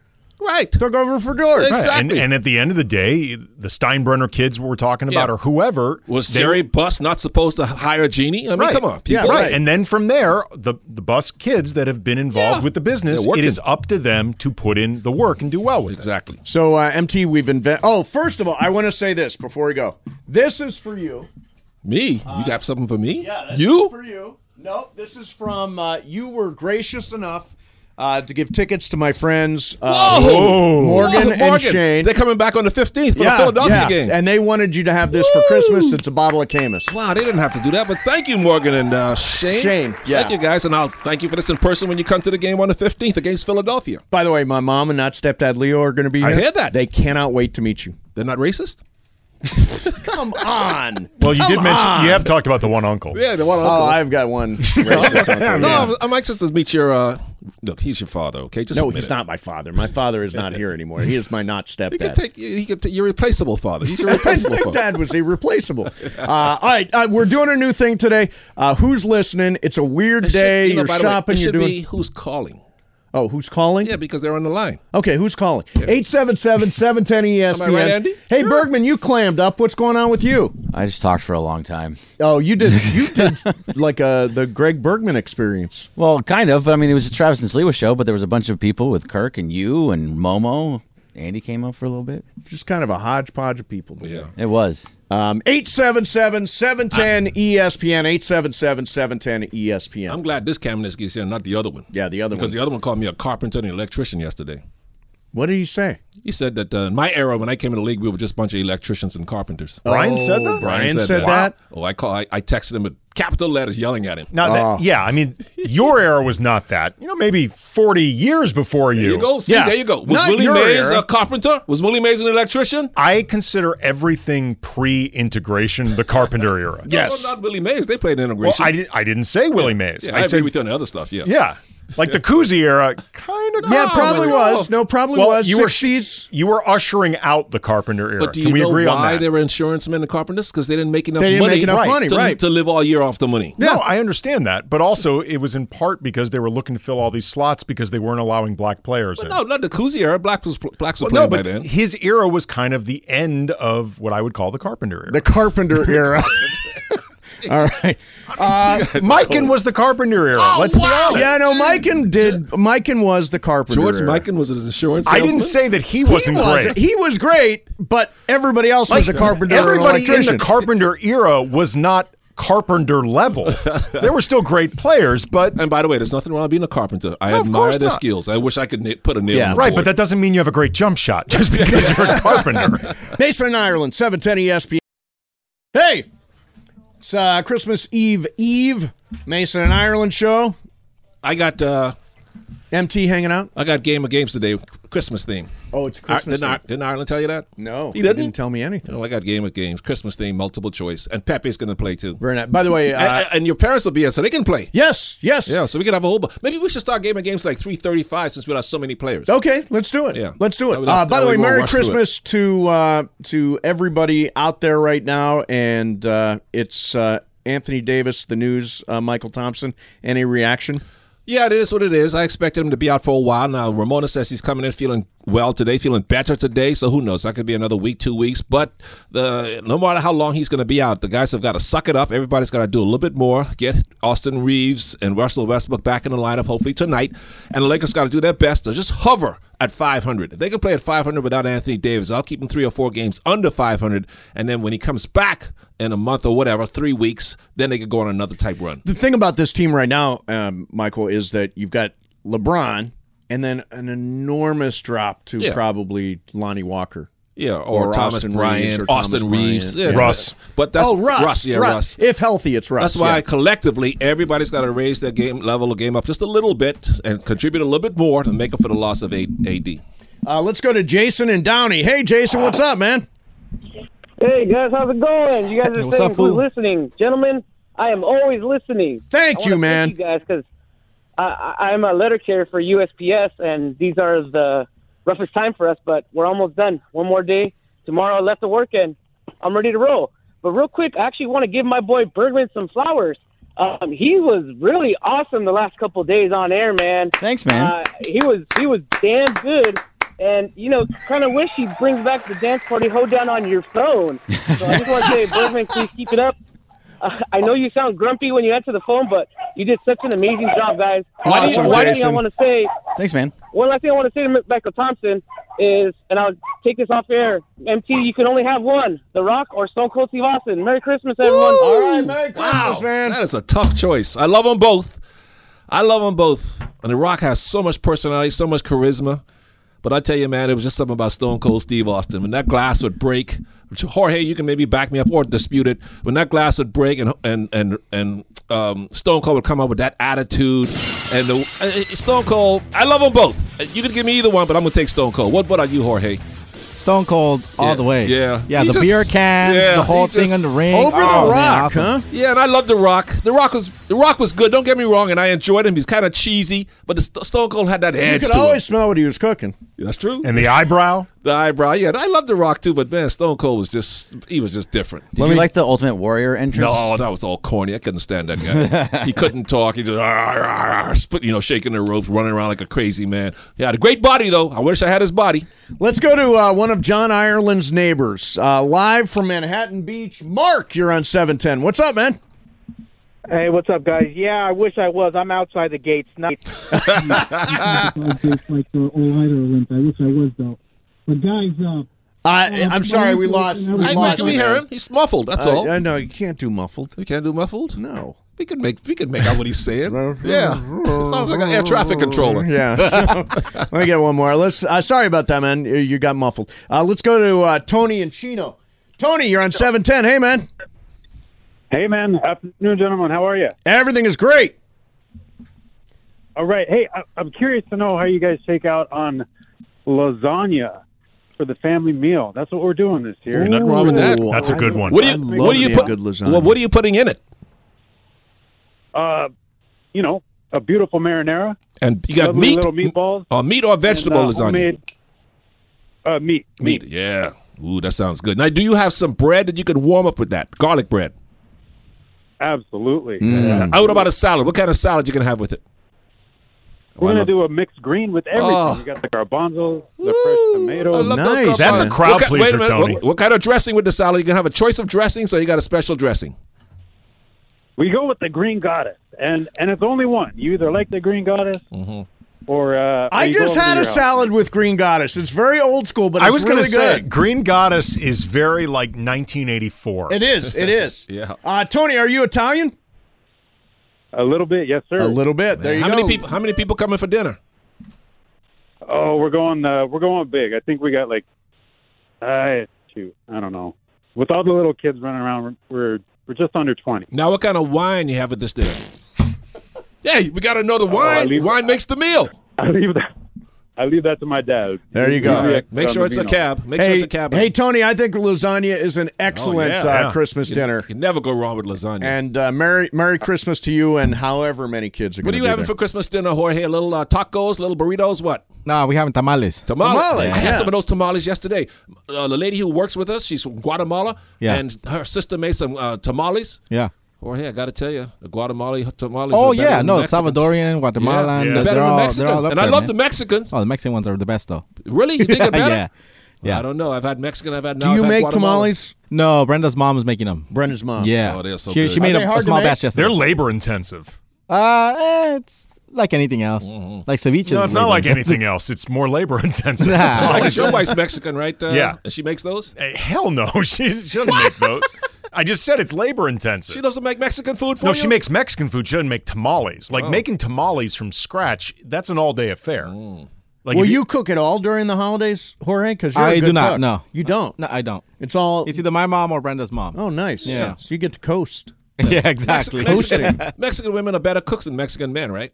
Speaker 9: right,
Speaker 2: took over for George.
Speaker 3: Right, And, and at the end of the day, the Steinbrenner kids we're talking about,
Speaker 9: Yeah.
Speaker 3: or whoever,
Speaker 9: Was
Speaker 3: they-
Speaker 9: Jerry Buss not supposed to hire Genie? I mean,
Speaker 3: right.
Speaker 9: come on, people.
Speaker 3: Yeah, right. And then from there, the the bus kids that have been involved with the business,
Speaker 9: They're working.
Speaker 3: it is up to them to put in the work and do well with
Speaker 9: exactly.
Speaker 2: So, uh, MT, we've invented. Oh, first of all, I want to say this before we go. This is for you. Uh,
Speaker 9: Me? You got something for me?
Speaker 2: Yeah, this
Speaker 9: you?
Speaker 2: is for you. Nope, this is from uh, you were gracious enough uh, to give tickets to my friends uh,
Speaker 9: Whoa!
Speaker 2: Morgan,
Speaker 9: Whoa, Morgan.
Speaker 2: and Shane.
Speaker 9: They're coming back on the 15th for the Philadelphia game.
Speaker 2: and they wanted you to have this for Christmas. It's a bottle of Camus.
Speaker 9: Wow, they didn't have to do that, but thank you, Morgan and uh, Shane.
Speaker 2: Shane, yeah.
Speaker 9: Thank you guys, and I'll thank you for this in person when you come to the game on the 15th against Philadelphia.
Speaker 2: By the way, my mom and not stepdad Leo are going to be here.
Speaker 9: I hear that.
Speaker 2: They cannot wait to meet you.
Speaker 9: They're not racist?
Speaker 2: Come on.
Speaker 3: Well, you did
Speaker 2: Come
Speaker 3: mention
Speaker 2: on.
Speaker 3: you have talked about the one uncle.
Speaker 9: Yeah, the one
Speaker 2: Oh,
Speaker 9: uncle.
Speaker 2: I've got one. racist uncle,
Speaker 9: no,
Speaker 2: yeah.
Speaker 9: I'm, I'm anxious to meet your uh, Look, he's your father, okay? Just
Speaker 2: no,
Speaker 9: admit
Speaker 2: he's
Speaker 9: it.
Speaker 2: not my father. My father is not here anymore. He is my not
Speaker 9: He can
Speaker 2: stepdad.
Speaker 9: take. He can. Take, you're replaceable, father. He's your replaceable
Speaker 2: my
Speaker 9: father.
Speaker 2: dad was irreplaceable. Uh, all right, uh, we're doing a new thing today. Uh, who's listening? It's a weird
Speaker 9: It should-
Speaker 2: day.
Speaker 9: you know,
Speaker 2: you're
Speaker 9: by the way,
Speaker 2: shopping.
Speaker 9: it
Speaker 2: you're
Speaker 9: should
Speaker 2: doing.
Speaker 9: be who's calling.
Speaker 2: oh, who's calling?
Speaker 9: Yeah, because they're on the line.
Speaker 2: Okay, who's calling? 877 710
Speaker 9: Am
Speaker 2: ESPN.
Speaker 9: I right, Andy?
Speaker 2: Hey, Bergman, you clammed up. What's going on with you?
Speaker 4: I just talked for a long time.
Speaker 2: Oh, you did you did like uh, the Greg Bergman experience.
Speaker 4: Well, kind of. I mean, it was a Travis and Sliwa show, but there was a bunch of people with Kirk and you and Momo. Andy came up for a little bit.
Speaker 2: Just kind of a hodgepodge of people. Yeah.
Speaker 4: It was.
Speaker 2: Um, E 877-710-ESPN, 877-710-ESPN.
Speaker 9: I'm glad this Cameron is here, not the other one.
Speaker 2: Yeah, the other
Speaker 9: because
Speaker 2: one.
Speaker 9: the other one called me a carpenter and an electrician yesterday.
Speaker 2: What did he say?
Speaker 9: He said that uh, in my era, when I came in the league, we were just a bunch of electricians and carpenters.
Speaker 2: Oh, Brian said that? Brian said that?
Speaker 9: Oh, I call. I, I texted him with capital letters, yelling at him.
Speaker 3: Now,
Speaker 2: Oh.
Speaker 3: that, yeah, I mean, your era was not that. You know, maybe 40 years before you.
Speaker 9: There you go. See,
Speaker 3: yeah.
Speaker 9: there you go. Was
Speaker 3: Not
Speaker 9: Willie
Speaker 3: your
Speaker 9: Mays
Speaker 3: era.
Speaker 9: a carpenter? Was Willie Mays an electrician?
Speaker 3: I consider everything pre-integration the Carpenter era.
Speaker 9: No, not Willie Mays. They played
Speaker 3: Well,
Speaker 9: integration.
Speaker 3: I, did, I didn't say Willie Mays.
Speaker 9: yeah, I, agree
Speaker 3: said,
Speaker 9: with you on the other stuff. Yeah.
Speaker 3: yeah, like the Kuzi era, kind of.
Speaker 2: yeah, probably was. No, probably
Speaker 3: Well,
Speaker 2: was.
Speaker 3: you were-
Speaker 2: 60s.
Speaker 3: You were ushering out the Carpenter era.
Speaker 9: But do you
Speaker 3: Can we
Speaker 9: know
Speaker 3: agree on
Speaker 9: why
Speaker 3: that?
Speaker 9: they were insurance men and carpenters? Because they didn't make enough
Speaker 2: They didn't
Speaker 9: money,
Speaker 2: make enough money,
Speaker 9: to,
Speaker 2: right.
Speaker 9: to live all year off the money.
Speaker 3: No, I understand that, but also it was in part because they were looking to fill all these slots because they weren't allowing black players in.
Speaker 9: No, not the Kuzi era. Blacks was blacks were
Speaker 3: Well, no,
Speaker 9: playing by
Speaker 3: but
Speaker 9: then.
Speaker 3: his era was kind of the end of what I would call the Carpenter era.
Speaker 2: The Carpenter era. All right. Uh,
Speaker 3: Mikan was the Carpenter era.
Speaker 9: Oh,
Speaker 3: let's be honest.
Speaker 2: yeah,
Speaker 9: Mm.
Speaker 2: no, Mikan did. Mikan was the Carpenter
Speaker 9: George
Speaker 2: era.
Speaker 9: Mikan was an insurance.
Speaker 3: I
Speaker 9: salesman?
Speaker 3: didn't say that he
Speaker 2: He
Speaker 3: wasn't
Speaker 2: was,
Speaker 3: great.
Speaker 2: he was great, but everybody else was a carpenter. or an
Speaker 3: Everybody in the
Speaker 2: electrician.
Speaker 3: Carpenter era was not Carpenter level. there were still great players, but
Speaker 9: And by the way, there's nothing wrong with being a carpenter. I
Speaker 3: of
Speaker 9: admire
Speaker 3: course
Speaker 9: their
Speaker 3: not.
Speaker 9: skills. I wish I could na- put a nail.
Speaker 2: Yeah.
Speaker 9: in the
Speaker 3: right. But
Speaker 9: board.
Speaker 3: that doesn't mean you have a great jump shot just because you're a Carpenter.
Speaker 2: Mason in Ireland, E 710 ESPN. Hey, it's uh, Christmas Eve Eve, Mason and Ireland show.
Speaker 9: I got uh,
Speaker 2: MT hanging out.
Speaker 9: I got game of games today. Christmas theme.
Speaker 2: Oh, it's
Speaker 9: I-
Speaker 2: Christmas.
Speaker 9: didn't, I, didn't Ireland tell you that?
Speaker 2: no,
Speaker 9: he didn't.
Speaker 2: tell me anything.
Speaker 9: No, I got game of games. Christmas theme, multiple choice, and Pepe's going to play too.
Speaker 2: Very nice. By the way,
Speaker 9: And-
Speaker 2: uh,
Speaker 9: and, and your parents will be here, so they can play.
Speaker 2: yes, yes.
Speaker 9: Yeah, so we could have a whole. bu- Maybe we should start game of games like three thirty-five since we have so many players.
Speaker 2: Okay, let's do it.
Speaker 9: Yeah.
Speaker 2: Let's do
Speaker 9: I
Speaker 2: it.
Speaker 9: would-
Speaker 2: Uh, by the
Speaker 9: I
Speaker 2: way,
Speaker 9: would
Speaker 2: Merry
Speaker 9: rush through it.
Speaker 2: Christmas to uh, to everybody out there right now. And uh, it's uh, Anthony Davis, the news, uh, Michael Thompson. Any reaction?
Speaker 9: Yeah, it is what it is. I expected him to be out for a while now. Ramona says he's coming in feeling well today, feeling better today. So who knows? That could be another week, two weeks. But the no matter how long he's going to be out, the guys have got to suck it up. Everybody's got to do a little bit more. Get Austin Reeves and Russell Westbrook back in the lineup, hopefully tonight. And the Lakers got to do their best to just hover at 500. If they can play at 500 without Anthony Davis, I'll keep him three or four games under 500. And then when he comes back in a month or whatever, three weeks, then they could go on another type run.
Speaker 2: the thing about this team right now, um, Michael, is that you've got LeBron and then an enormous drop to
Speaker 9: Yeah.
Speaker 2: probably Lonnie Walker.
Speaker 9: Yeah, or,
Speaker 2: Or
Speaker 9: Thomas
Speaker 2: Austin
Speaker 9: Bryant,
Speaker 2: Reeves or
Speaker 9: Austin
Speaker 2: Thomas
Speaker 9: Reeves,
Speaker 2: Bryant.
Speaker 9: Yeah,
Speaker 3: Russ.
Speaker 9: But, but that's
Speaker 2: oh, Russ,
Speaker 9: yeah, Russ.
Speaker 2: If healthy, it's Russ.
Speaker 9: That's why
Speaker 2: yeah.
Speaker 9: collectively everybody's got to raise their game level of game up just a little bit and contribute a little bit more to make up for the loss of A- AD.
Speaker 2: Uh, let's go to Jason and Downey. Hey, Jason, what's up, man?
Speaker 10: Hey guys, how's it going? You guys
Speaker 4: Hey,
Speaker 10: are
Speaker 4: what's
Speaker 10: saying
Speaker 4: up,
Speaker 10: we're
Speaker 4: fool?
Speaker 10: listening, gentlemen. I am always listening.
Speaker 2: Thank
Speaker 10: I
Speaker 2: you,
Speaker 10: wanna
Speaker 2: man.
Speaker 10: You guys, because I, I, I'm a letter carrier for USPS, and these are the roughest time for us. But we're almost done. One more day tomorrow. I left to work, and I'm ready to roll. But real quick, I actually want to give my boy Bergman some flowers. Um, he was really awesome the last couple days on air, man.
Speaker 4: Thanks, man.
Speaker 10: Uh, he was he was damn good, and you know, kind of wish he brings back the dance party hoedown on your phone. So I just want to say, Bergman, please keep it up. Uh, I know you sound grumpy when you answer the phone, but you did such an amazing job, guys. One thing-
Speaker 2: Awesome,
Speaker 10: one thing I
Speaker 2: Jason.
Speaker 10: want to say,
Speaker 4: Thanks, man.
Speaker 10: one last thing I want to say to Michael Thompson is, and I'll take this off air. MT, you can only have one: The Rock or Stone Cold Steve Austin. Merry Christmas, everyone.
Speaker 9: All
Speaker 2: right, Merry Christmas, man.
Speaker 9: That is a tough choice. I love them both. I love them both. And The Rock has so much personality, so much charisma. But I tell you, man, it was just something about Stone Cold Steve Austin. When that glass would break, which, Jorge, you can maybe back me up or dispute it. When that glass would break, and and and and um, Stone Cold would come up with that attitude, and the uh, uh, Stone Cold, I love them both. Uh, You could give me either one, but I'm gonna take Stone Cold. What what are you, Jorge?
Speaker 1: Stone Cold all
Speaker 9: Yeah,
Speaker 1: the way.
Speaker 9: yeah.
Speaker 1: Yeah,
Speaker 9: He
Speaker 1: the
Speaker 9: just-
Speaker 1: beer cans,
Speaker 9: yeah,
Speaker 1: the whole
Speaker 9: he
Speaker 1: thing
Speaker 9: just-
Speaker 1: in the ring.
Speaker 9: Over The
Speaker 1: Oh, man,
Speaker 9: Rock,
Speaker 1: awesome.
Speaker 9: Yeah, and I love The Rock. The Rock was The Rock was good. Don't get me wrong, and I enjoyed him. He's kind of cheesy, but the St- Stone Cold had that
Speaker 2: You
Speaker 9: edge.
Speaker 2: could
Speaker 9: to
Speaker 2: always
Speaker 9: him.
Speaker 2: smell what he was cooking.
Speaker 9: That's true.
Speaker 3: And the eyebrow.
Speaker 9: The eyebrow. Yeah, I love The Rock too, but man, Stone Cold was just he was just different.
Speaker 4: Did you like the Ultimate Warrior entrance?
Speaker 9: No, that was all corny. I couldn't stand that guy. he couldn't talk. He just "Arr, arr, arr," split, you know, shaking the ropes, running around like a crazy man. He had a great body though. I wish I had his body.
Speaker 2: Let's go to uh, one of John Ireland's neighbors, uh, live from Manhattan Beach. Mark, you're on 710. What's up, man?
Speaker 11: Hey, what's up, guys? Yeah, I wish I was. I'm outside the gates. Night.
Speaker 12: It's like the All Nighter Olympics. I wish I was though. But guys, uh,
Speaker 2: I, I'm sorry, we lost.
Speaker 9: Hey, Mike, can we hear him? He's muffled. That's all.
Speaker 2: I know you can't do muffled.
Speaker 9: We can't do muffled.
Speaker 2: No,
Speaker 9: we could make we could make out what he's saying. yeah, sounds like an air traffic controller.
Speaker 2: Yeah. Let me get one more. Let's. Uh, sorry about that, man. You- You got muffled. Uh, let's go to uh, Tony and Chino. Tony, you're on 710. Hey, man.
Speaker 13: Hey, man. Afternoon, gentlemen. How are you?
Speaker 2: Everything is great.
Speaker 13: All right. Hey, I, I'm curious to know how you guys take out on lasagna for the family meal. That's what we're doing this year.
Speaker 9: There's nothing wrong with that. What do you What do you put? Well, what are you putting in it?
Speaker 13: Uh, you know, a beautiful marinara.
Speaker 9: And you got
Speaker 13: lovely
Speaker 9: meat,
Speaker 13: little meatballs.
Speaker 9: Uh, meat or vegetable
Speaker 13: and, uh,
Speaker 9: lasagna?
Speaker 13: homemade- uh, meat.
Speaker 9: Meat. Yeah. Ooh, that sounds good. Now, do you have some bread that you could warm up with that garlic bread?
Speaker 13: Absolutely.
Speaker 9: Yeah.
Speaker 2: Mm.
Speaker 9: Out Mm. about a salad. What kind of salad you can have with it?
Speaker 13: We're
Speaker 9: I
Speaker 13: gonna
Speaker 9: love-
Speaker 13: do a mixed green with everything.
Speaker 9: Oh.
Speaker 13: We got the garbanzo, the fresh tomatoes.
Speaker 9: garbanzo. What ki- wait a minute, What, what kind of dressing with the salad? You can have a choice of dressing, so you got a special dressing.
Speaker 13: We go with the green goddess, and and it's only one. You either like the green goddess,
Speaker 9: Mm-hmm.
Speaker 13: or uh, or
Speaker 2: I
Speaker 13: you go
Speaker 2: just
Speaker 13: over to
Speaker 2: had
Speaker 13: your
Speaker 2: a
Speaker 13: house.
Speaker 2: salad with Green Goddess. It's very old school, but it's
Speaker 3: I was
Speaker 2: really
Speaker 3: going to say,
Speaker 2: good.
Speaker 3: Green Goddess is very like 1984.
Speaker 2: It is. It is.
Speaker 9: yeah.
Speaker 2: Uh, Tony, are you Italian?
Speaker 13: A little bit, yes, sir.
Speaker 2: A little bit. There you
Speaker 9: how
Speaker 2: go.
Speaker 9: many people? How many people coming for dinner?
Speaker 13: Oh, we're going. Uh, we're going big. I think we got like, uh, shoot, I don't know. With all the little kids running around, we're we're just under twenty.
Speaker 9: Now, what kind of wine you have at this dinner? Hey, we got to know the wine. wine makes the meal.
Speaker 13: Oh, I leave that. I leave that to my dad.
Speaker 2: There you go.
Speaker 13: Usually I-
Speaker 9: Make sure it's a
Speaker 13: Gambino.
Speaker 9: cab. Make
Speaker 2: hey,
Speaker 9: sure it's a cab. Oh,
Speaker 2: Hey, Tony, I think lasagna is an excellent
Speaker 9: yeah.
Speaker 2: uh,
Speaker 9: Yeah.
Speaker 2: Christmas
Speaker 9: You-
Speaker 2: dinner.
Speaker 9: You can never go wrong with lasagna.
Speaker 2: And uh, Merry Merry Christmas to you and however many kids are
Speaker 9: what are
Speaker 2: going to
Speaker 9: you
Speaker 2: be
Speaker 9: having
Speaker 2: there.
Speaker 9: for Christmas dinner, Jorge? Little uh, tacos, little burritos, what?
Speaker 1: No, we having tamales.
Speaker 9: Tamales. I
Speaker 1: Yeah.
Speaker 9: had some of those tamales yesterday. Uh, the lady who works with us, she's from Guatemala,
Speaker 1: Yeah.
Speaker 9: and her sister made some uh, tamales.
Speaker 1: Yeah.
Speaker 9: Jorge, I got to tell you, the Guatemala tamales.
Speaker 1: Oh
Speaker 9: are better
Speaker 1: yeah,
Speaker 9: than
Speaker 1: no
Speaker 9: Mexicans.
Speaker 1: Salvadorian, Guatemalan.
Speaker 9: Yeah.
Speaker 1: they're-
Speaker 9: Better
Speaker 1: They're,
Speaker 9: than
Speaker 1: all,
Speaker 9: Mexican.
Speaker 1: they're all up
Speaker 9: And I
Speaker 1: there,
Speaker 9: love
Speaker 1: man.
Speaker 9: the Mexicans.
Speaker 1: Oh, the Mexican ones are the best though.
Speaker 9: Really? You think they're better?
Speaker 1: yeah. Yeah.
Speaker 9: I don't know. I've had Mexican. I've had now. I've had Guatemala.
Speaker 1: No, Brenda's mom is making them.
Speaker 2: Brenda's mom.
Speaker 1: Yeah.
Speaker 9: Oh, they are so
Speaker 1: she,
Speaker 9: good.
Speaker 1: she
Speaker 9: Are
Speaker 1: made
Speaker 9: they
Speaker 1: a,
Speaker 9: hard
Speaker 1: a
Speaker 9: to
Speaker 1: small
Speaker 9: make?
Speaker 1: batch yesterday.
Speaker 3: They're labor intensive.
Speaker 1: Uh, eh, it's like anything else.
Speaker 9: Mm-hmm.
Speaker 1: Like ceviche.
Speaker 3: No,
Speaker 1: is Ah,
Speaker 3: it's not
Speaker 1: labor
Speaker 3: like
Speaker 1: intensive.
Speaker 3: anything else. It's more labor intensive.
Speaker 1: Nah.
Speaker 3: That's all I
Speaker 9: Like,
Speaker 3: said.
Speaker 9: your wife's Mexican, right? Uh,
Speaker 3: Yeah.
Speaker 9: and She makes those.
Speaker 3: Hey, Eh, hell no, she, she doesn't make those. I just said it's labor intensive.
Speaker 9: She doesn't make Mexican food for
Speaker 3: no,
Speaker 9: you.
Speaker 3: she makes Mexican food. She doesn't make tamales. Like
Speaker 9: Oh.
Speaker 3: making tamales from scratch, that's an all day affair.
Speaker 9: Mm.
Speaker 3: Like
Speaker 2: Will
Speaker 3: if
Speaker 2: you, cook it all during the holidays, Jorge? Because
Speaker 1: I do not. No,
Speaker 2: you don't.
Speaker 1: No, I don't.
Speaker 2: It's all.
Speaker 1: It's either my mom or Brenda's mom.
Speaker 2: Oh, nice.
Speaker 1: Yeah.
Speaker 2: So you get to coast.
Speaker 1: yeah, exactly.
Speaker 9: Mexican, Mexican women are better cooks than Mexican men, right?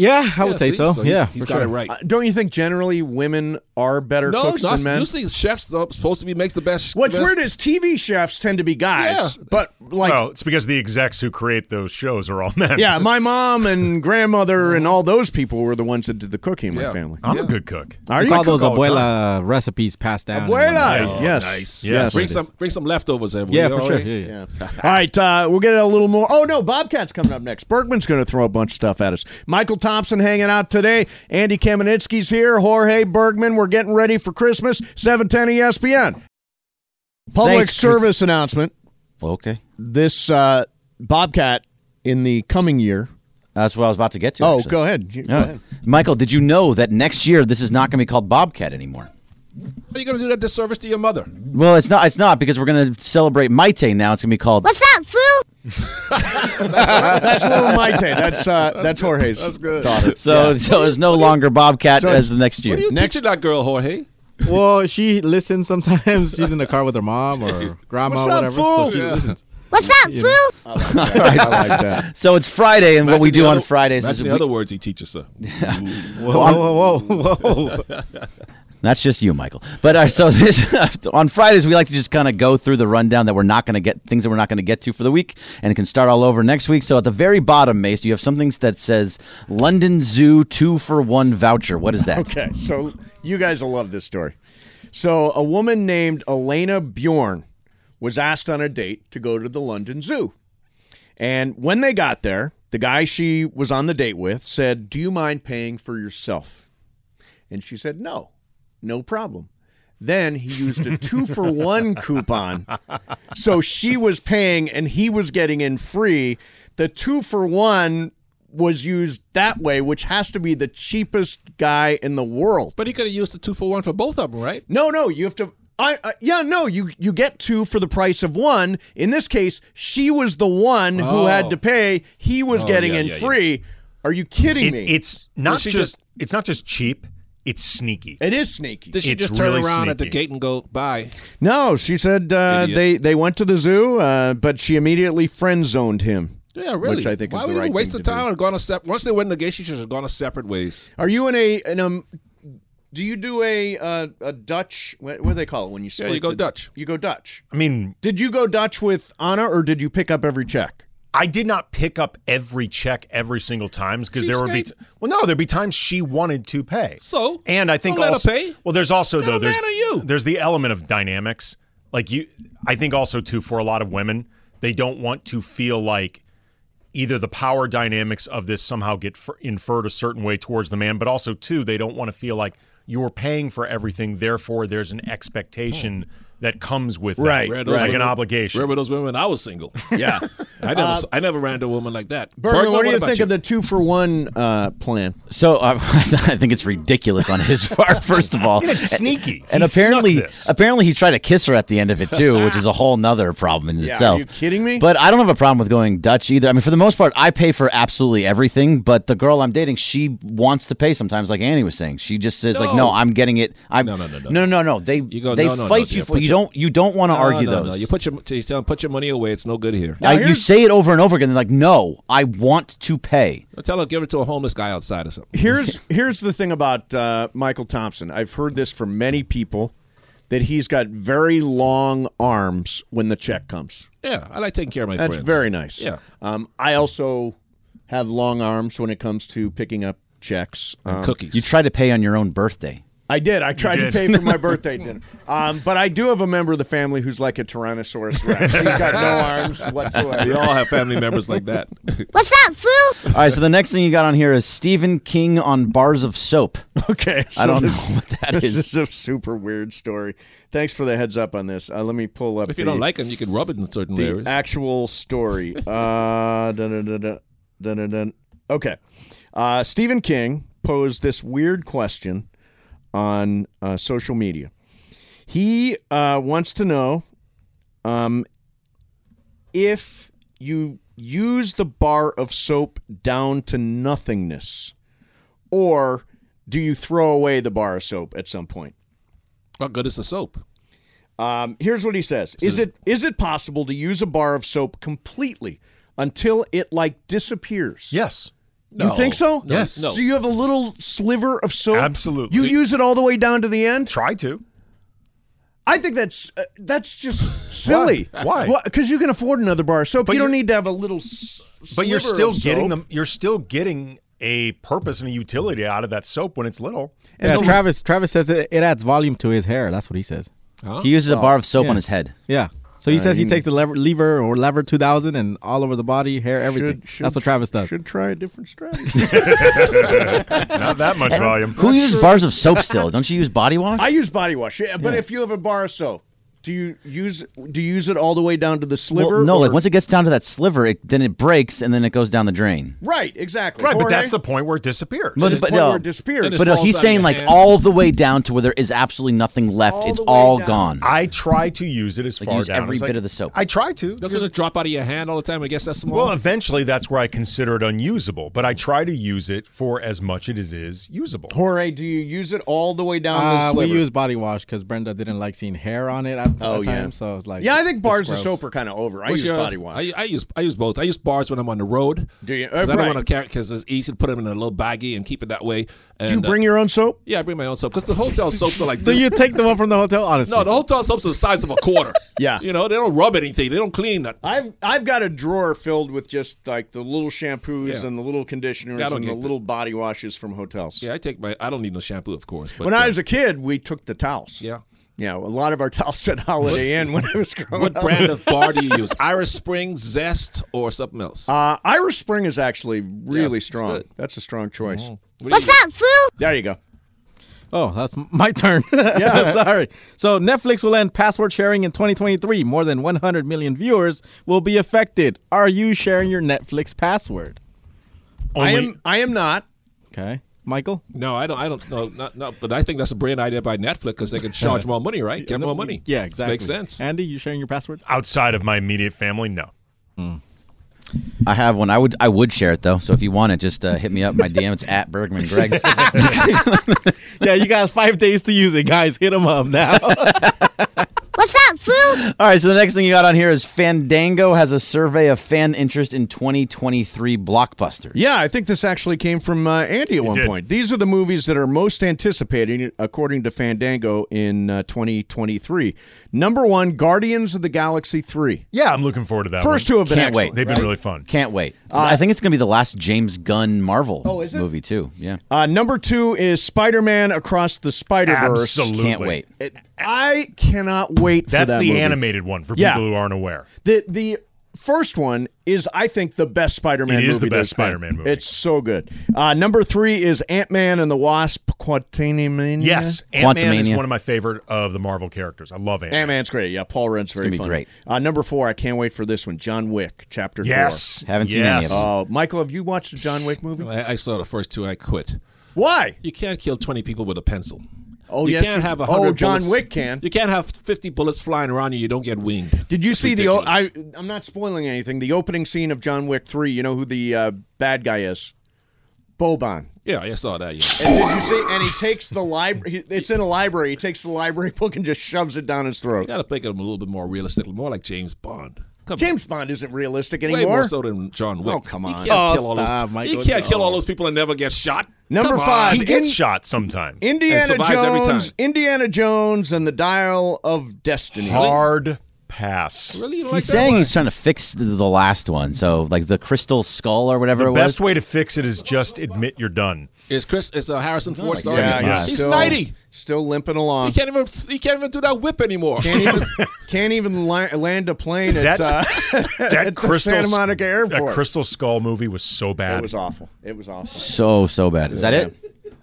Speaker 1: Yeah, I would
Speaker 9: Yeah,
Speaker 1: say
Speaker 9: see?
Speaker 1: so.
Speaker 9: So he's-
Speaker 1: yeah,
Speaker 9: he's
Speaker 1: for
Speaker 9: got
Speaker 1: sure.
Speaker 9: it right.
Speaker 2: Uh, don't you think generally women are better
Speaker 9: no,
Speaker 2: cooks
Speaker 9: not,
Speaker 2: than men?
Speaker 9: usually chefs are supposed to be make the best.
Speaker 2: What's
Speaker 9: best-
Speaker 2: weird is TV chefs tend to be guys,
Speaker 9: Yeah.
Speaker 2: but like,
Speaker 3: well, it's because the execs who create those shows are all men.
Speaker 2: yeah, my mom and grandmother and all those people were the ones that did the cooking in my
Speaker 3: Yeah.
Speaker 2: family.
Speaker 3: I'm a good cook.
Speaker 2: Are
Speaker 1: it's
Speaker 2: you
Speaker 1: all those
Speaker 2: cook all the
Speaker 1: abuela recipes passed down. and
Speaker 2: Abuela!
Speaker 1: whatnot.
Speaker 2: yes.
Speaker 9: Nice.
Speaker 2: Oh, Yes.
Speaker 9: Bring some, bring some leftovers. Every
Speaker 1: Yeah, for sure. Yeah, yeah.
Speaker 2: All right, uh, we'll get a little more. Oh no, Bobcat's coming up next. Bergman's going to throw a bunch of stuff at us. Michael Thompson hanging out today. Andy Kamenitsky's here. Jorge Bergman. We're getting ready for Christmas. Seven ten E ESPN. Public
Speaker 4: Thanks.
Speaker 2: service announcement.
Speaker 4: Okay.
Speaker 2: This uh, Bobcat in the coming year.
Speaker 4: That's what I was about to get to.
Speaker 2: Oh,
Speaker 4: actually.
Speaker 2: go ahead. You- go
Speaker 4: Yeah.
Speaker 2: ahead.
Speaker 4: Michael, did you know that next year this is not going to be called Bobcat anymore?
Speaker 9: Are you going to do that disservice to your mother?
Speaker 4: Well, it's not. It's not because we're going to celebrate Maite now. It's going to be called.
Speaker 14: What's up, fool?
Speaker 2: That's little Maite. That's uh, that's, Jorge's daughter.
Speaker 4: So, so it's no longer Bobcat
Speaker 2: So-
Speaker 4: as the next year.
Speaker 9: What are you teaching that girl, Jorge?
Speaker 1: well, she listens sometimes. She's in the car with her mom or grandma,
Speaker 9: What's up,
Speaker 1: whatever.
Speaker 9: fool?
Speaker 1: So she
Speaker 9: Yeah.
Speaker 1: listens.
Speaker 14: What's up,
Speaker 1: You
Speaker 14: fool?
Speaker 4: So it's Friday, and what we do on Fridays
Speaker 9: That's
Speaker 4: is
Speaker 9: the
Speaker 4: we,
Speaker 9: other words he teaches her.
Speaker 1: Whoa, whoa, whoa, whoa!
Speaker 4: That's just you, Michael. But uh, so this on Fridays we like to just kind of go through the rundown that we're not going to get things that we're not going to get to for the week, and it can start all over next week. So at the very bottom, Mace, you have something that says London Zoo two for one voucher. What is that?
Speaker 2: Okay, so you guys will love this story. So, a woman named Elena Bjorn was asked on a date to go to the London Zoo. And when they got there, the guy she was on the date with said, Do you mind paying for yourself? And she said, No, no problem. Then he used a two for one coupon. So she was paying and he was getting in free. The two for one was used that way, which has to be the cheapest guy in the world.
Speaker 9: But he could have used the two for one for both of them, right?
Speaker 2: No, no, you have to. I, I yeah, no, you you get two for the price of one. In this case, she was the one who
Speaker 3: Oh.
Speaker 2: had to pay. He was
Speaker 3: Oh,
Speaker 2: getting
Speaker 3: yeah,
Speaker 2: in
Speaker 3: yeah, yeah.
Speaker 2: free. Are you kidding
Speaker 3: It-
Speaker 2: me?
Speaker 3: It's
Speaker 2: Well,
Speaker 3: not
Speaker 2: she
Speaker 3: just,
Speaker 2: just-
Speaker 3: it's not just cheap. It's sneaky.
Speaker 2: It is sneaky.
Speaker 9: Did she
Speaker 3: It's
Speaker 9: just turn
Speaker 3: really
Speaker 9: around at the
Speaker 3: sneaky.
Speaker 9: gate and go bye?
Speaker 2: No, she said uh,
Speaker 9: Idiot.
Speaker 2: they they went to the zoo, uh, but she immediately friend zoned him.
Speaker 9: Yeah, really.
Speaker 2: Which I think
Speaker 9: Why
Speaker 2: is the
Speaker 9: would
Speaker 2: right
Speaker 9: you waste
Speaker 2: thing
Speaker 9: the
Speaker 2: to do.
Speaker 9: time and gone a sep- Once they went in the gate, she should have gone a separate ways.
Speaker 2: Are you in a in um? Do you do a uh, a Dutch? What, what do they call it when you
Speaker 9: Yeah,
Speaker 2: split?
Speaker 9: you go
Speaker 2: the-
Speaker 9: Dutch.
Speaker 2: You go Dutch.
Speaker 3: I mean,
Speaker 2: did you go Dutch with Anna, or did you pick up every check?
Speaker 3: I did not pick up every check every single time because
Speaker 9: She
Speaker 3: there would be
Speaker 9: stayed-
Speaker 3: well, no, there'd be times she wanted to pay.
Speaker 9: So
Speaker 3: and I think
Speaker 9: don't let her
Speaker 3: also
Speaker 9: pay.
Speaker 3: well, there's also though
Speaker 9: her
Speaker 3: there's
Speaker 9: mad at you.
Speaker 3: there's the element of dynamics. Like you, I think also too for a lot of women, they don't want to feel like either the power dynamics of this somehow get f- inferred a certain way towards the man, but also too they don't want to feel like you're paying for everything. Therefore, there's an expectation
Speaker 9: Hmm.
Speaker 3: that comes with that.
Speaker 9: Right,
Speaker 3: It's
Speaker 9: right.
Speaker 3: like an obligation.
Speaker 9: Remember those women? When I was single,
Speaker 2: yeah,
Speaker 9: I never,
Speaker 2: Uh,
Speaker 9: I never ran into a woman like that.
Speaker 2: Bergman,
Speaker 9: Bergman,
Speaker 2: what do you
Speaker 9: about
Speaker 2: think of the two for one uh, plan?
Speaker 4: So uh, I think it's ridiculous on his part. First of all,
Speaker 3: And it's sneaky.
Speaker 4: And
Speaker 3: He snuck
Speaker 4: apparently,
Speaker 3: this.
Speaker 4: apparently, he tried to kiss her at the end of it too, which is a whole nother problem in
Speaker 3: Yeah, are
Speaker 4: itself.
Speaker 3: you kidding me?
Speaker 4: But I don't have a problem with going Dutch either. I mean, for the most part, I pay for absolutely everything. But the girl I'm dating, she wants to pay sometimes, like Annie was saying. She just says, like, no,
Speaker 9: No.
Speaker 4: I'm getting it. I'm no, no, no, no, no, no. They
Speaker 9: go,
Speaker 4: they
Speaker 9: "No, no, no,
Speaker 4: fight
Speaker 9: dear,
Speaker 4: you for
Speaker 9: put
Speaker 4: you
Speaker 9: your-
Speaker 4: don't you don't want to
Speaker 9: No,
Speaker 4: argue
Speaker 9: no,
Speaker 4: those.
Speaker 9: No. You put your, you tell them, put your money away. It's no good here.
Speaker 4: I- you say it over and over again. They're like, no, I want to pay.
Speaker 9: tell them, give it to a homeless guy outside or something.
Speaker 2: Here's here's the thing about uh, Michael Thompson. I've heard this from many people that he's got very long arms when the check comes.
Speaker 9: Yeah, I like taking care of my
Speaker 2: That's
Speaker 9: friends.
Speaker 2: very nice.
Speaker 9: Yeah.
Speaker 2: Um, I also have long arms when it comes to picking up checks um,
Speaker 4: You try to pay on your own birthday.
Speaker 2: I did. I tried
Speaker 4: did.
Speaker 2: to pay for my birthday dinner. Um, but I do have a member of the family who's like a Tyrannosaurus Rex. He's got no arms whatsoever.
Speaker 9: We all have family members like that.
Speaker 14: What's up, fool?
Speaker 4: All right, so the next thing you got on here is Stephen King on bars of soap.
Speaker 2: Okay,
Speaker 4: I
Speaker 2: so
Speaker 4: don't
Speaker 2: this-
Speaker 4: know what that
Speaker 2: this
Speaker 4: is.
Speaker 2: is a super weird story. Thanks for the heads up on this. Uh, let me pull up.
Speaker 9: If you
Speaker 2: the-
Speaker 9: don't like them, you can rub it in certain
Speaker 2: the
Speaker 9: areas.
Speaker 2: actual story. Uh, dun, dun, dun, dun, dun, dun, dun. Okay. Uh, Stephen King posed this weird question on uh, social media. He uh, wants to know um, if you use the bar of soap down to nothingness, or do you throw away the bar of soap at some point?
Speaker 9: What good is the soap?
Speaker 2: Um, here's what he says: Is it is it possible to use a bar of soap completely until it like disappears?
Speaker 3: Yes.
Speaker 2: You
Speaker 9: No.
Speaker 2: think so?
Speaker 9: No, Yes. no.
Speaker 2: So you have a little sliver of soap.
Speaker 3: Absolutely.
Speaker 2: You use it all the way down to the end.
Speaker 3: Try to.
Speaker 2: I think that's uh, that's just silly.
Speaker 3: Why?
Speaker 2: Because you can afford another bar of soap.
Speaker 3: But
Speaker 2: you don't
Speaker 3: you're-
Speaker 2: need to have a little. S-
Speaker 3: But you're
Speaker 2: sliver
Speaker 3: still
Speaker 2: of
Speaker 3: getting
Speaker 2: soap.
Speaker 3: them. You're still getting a purpose and a utility out of that soap when it's little.
Speaker 1: Yeah, Travis. Travis says it, it adds volume to his hair. That's what he says.
Speaker 9: Huh?
Speaker 4: He uses a bar of soap
Speaker 1: Yeah.
Speaker 4: on his head.
Speaker 1: Yeah. So he
Speaker 4: Uh,
Speaker 1: says he
Speaker 4: you-
Speaker 1: takes the lever, lever or lever 2000 and all over the body, hair, everything.
Speaker 2: should-
Speaker 1: That's what Travis does.
Speaker 2: Should try a different strategy.
Speaker 3: Not that much volume.
Speaker 4: Who uses bars of soap still? Don't you use body wash?
Speaker 2: I use body wash, yeah, but if you have a bar of soap, do you use do you use it all the way down to the
Speaker 4: Well,
Speaker 2: sliver?
Speaker 4: no,
Speaker 2: or-
Speaker 4: like once it gets down to that sliver, it, then it breaks and then it goes down the drain.
Speaker 2: right, exactly.
Speaker 3: Right, but
Speaker 2: Jorge?
Speaker 3: that's the point where it disappears.
Speaker 4: But, but no, but no, he's saying like all the way down to where there is absolutely nothing left. it's all gone.
Speaker 3: I try to use it as
Speaker 4: Like,
Speaker 3: far
Speaker 4: use
Speaker 3: down
Speaker 4: every
Speaker 3: as I-
Speaker 4: bit of the soap.
Speaker 3: I try to.
Speaker 9: Doesn't it drop out of your hand all the time? I guess that's small.
Speaker 3: Well, eventually that's where I consider it unusable, but I try to use it for as much it is is usable.
Speaker 2: Jorge, do you use it all the way down
Speaker 1: Uh,
Speaker 2: to the
Speaker 1: we
Speaker 2: sliver? Oh,
Speaker 1: use body wash because Brenda didn't like seeing hair on it. I, at the time, so I was like,
Speaker 2: yeah, I think
Speaker 1: it's
Speaker 2: bars and
Speaker 1: gross.
Speaker 2: soap are kind of over. I
Speaker 9: What's
Speaker 2: use
Speaker 9: your-
Speaker 2: body wash.
Speaker 9: I, I use I use both. I use bars when I'm on the road.
Speaker 2: Do you?
Speaker 9: Because I
Speaker 2: right.
Speaker 9: don't want to carry because it's easy to put them in a little baggie and keep it that way. And,
Speaker 2: Do you
Speaker 9: uh,
Speaker 2: bring your own soap?
Speaker 9: yeah, I bring my own soap because the hotel soaps are like.
Speaker 1: Do
Speaker 9: this-
Speaker 1: you take the one from the hotel? Honestly,
Speaker 9: No, the hotel soaps are the size of a quarter.
Speaker 2: yeah,
Speaker 9: you know they don't rub anything. They don't clean nothing.
Speaker 2: I've I've got a drawer filled with just like the little shampoos
Speaker 9: Yeah.
Speaker 2: and the little conditioners
Speaker 9: Yeah, I don't
Speaker 2: and the
Speaker 9: get that.
Speaker 2: little body washes from hotels.
Speaker 9: Yeah, I take my. I don't need no shampoo, of course. But
Speaker 2: when
Speaker 9: uh,
Speaker 2: I was a kid, we took the towels.
Speaker 9: Yeah.
Speaker 2: Yeah, a lot of our towels said Holiday Inn when I was growing
Speaker 9: uh, what
Speaker 2: up.
Speaker 9: brand of bar do you use? Irish Spring, Zest, or something else?
Speaker 2: Uh, Irish Spring is actually really
Speaker 9: it's
Speaker 2: strong.
Speaker 9: good. Mm-hmm.
Speaker 2: That's a strong choice.
Speaker 14: What's up, fool?
Speaker 2: There you go.
Speaker 1: Oh, that's m- my turn. yeah, sorry. So Netflix will end password sharing in 2023. More than 100 million viewers will be affected. Are you sharing your Netflix password?
Speaker 2: I am. I am not.
Speaker 1: Okay, Michael.
Speaker 9: No, I don't. I don't. No, not, no. But I think that's a brand idea by Netflix because they can charge more money, right? Get more money.
Speaker 1: Yeah, exactly.
Speaker 9: Makes sense.
Speaker 1: Andy, you sharing your password?
Speaker 3: Outside of my immediate family, no.
Speaker 4: I have one. I would I would share it though. So if you want it, just uh, hit me up. My DM it's at Bergman Greg.
Speaker 1: yeah, you got five days to use it, guys. Hit them up now.
Speaker 14: What's up, fool?
Speaker 4: All right, so the next thing you got on here is Fandango has a survey of fan interest in 2023 blockbusters.
Speaker 2: Yeah, I think this actually came from uh, Andy at one
Speaker 4: did.
Speaker 2: point. These are the movies that are most anticipated, according to Fandango, in uh, 2023. Number one, Guardians of the Galaxy 3.
Speaker 3: Yeah, I'm looking forward to that.
Speaker 2: First
Speaker 3: one.
Speaker 2: two have been
Speaker 4: Can't wait.
Speaker 2: excellent.
Speaker 3: They've
Speaker 2: right?
Speaker 3: been really fun.
Speaker 4: Can't wait. So
Speaker 2: Uh,
Speaker 4: I think it's going to be the last James Gunn Marvel
Speaker 2: Oh, is it?
Speaker 4: movie too. Yeah.
Speaker 2: Uh, number two is Spider Man Across the Spider Verse.
Speaker 4: Absolutely. Can't wait.
Speaker 2: I cannot wait for
Speaker 3: That's
Speaker 2: that
Speaker 3: the
Speaker 2: movie.
Speaker 3: animated one for people
Speaker 2: Yeah.
Speaker 3: who aren't aware.
Speaker 2: The the first one is, I think, the best Spider-Man.
Speaker 3: It
Speaker 2: movie
Speaker 3: is the
Speaker 2: there's
Speaker 3: best
Speaker 2: been.
Speaker 3: Spider-Man movie.
Speaker 2: It's so good. Uh, number three is Ant-Man and the Wasp: Quantumania.
Speaker 3: Yes, Ant Man is one of my favorite of the Marvel characters. I love Ant.
Speaker 2: Ant-Man's great. Yeah, Paul Rudd's very
Speaker 3: gonna be
Speaker 2: funny.
Speaker 3: great.
Speaker 2: Uh, number four, I can't wait for this one. John Wick, Chapter
Speaker 9: Yes.
Speaker 2: Four.
Speaker 9: Haven't seen any of Yes. them.
Speaker 2: Uh, Michael, have you watched the John Wick movie?
Speaker 9: I, I saw the first two. I quit.
Speaker 2: Why?
Speaker 9: You can't kill 20 people with a pencil.
Speaker 2: Oh,
Speaker 9: you
Speaker 2: yes,
Speaker 9: can't have
Speaker 2: you-
Speaker 9: a hundred.
Speaker 2: oh, John
Speaker 9: bullets-
Speaker 2: Wick can.
Speaker 9: You can't have 50 bullets flying around you. You don't get winged.
Speaker 2: Did you see the? I I'm not spoiling anything. The opening scene of John Wick Three. You know who the uh, bad guy is? Boban.
Speaker 9: Yeah, I saw that. Yeah.
Speaker 2: And did you see? And he takes the library. It's in a library. He takes the library book and just shoves it down his throat.
Speaker 9: You got to make them a little bit more realistic, more like James Bond.
Speaker 2: James Bond isn't realistic
Speaker 9: Way
Speaker 2: anymore.
Speaker 9: more so than John Wick.
Speaker 2: Oh come
Speaker 9: You can't,
Speaker 2: on!
Speaker 9: kill, all those, you can't kill all those people and never get shot.
Speaker 2: Number
Speaker 9: Come on.
Speaker 2: five, He gets in-
Speaker 3: shot sometimes.
Speaker 2: Indiana
Speaker 9: and survives every time.
Speaker 2: Jones, Indiana Jones, and the Dial of Destiny.
Speaker 3: Hard pass.
Speaker 9: Really,
Speaker 4: He's saying he's trying to fix the, the last one. So like the crystal skull or whatever
Speaker 3: The
Speaker 4: it
Speaker 3: best
Speaker 4: was.
Speaker 3: way to fix it is just admit you're done.
Speaker 9: Is Chris? Is uh, Harrison Ford
Speaker 4: like
Speaker 9: starring?
Speaker 4: seventy-five.
Speaker 9: He's
Speaker 2: Still-
Speaker 9: 90.
Speaker 2: Still limping along.
Speaker 9: He can't even. He can't even do that whip anymore.
Speaker 2: Can't even, can't even li- land a plane at,
Speaker 3: That-
Speaker 2: uh,
Speaker 3: That
Speaker 2: at the
Speaker 3: crystal
Speaker 2: Santa Monica
Speaker 3: That
Speaker 2: Airport.
Speaker 3: Crystal Skull movie was so bad.
Speaker 2: it was awful. It was awful.
Speaker 4: so so bad. Is that it?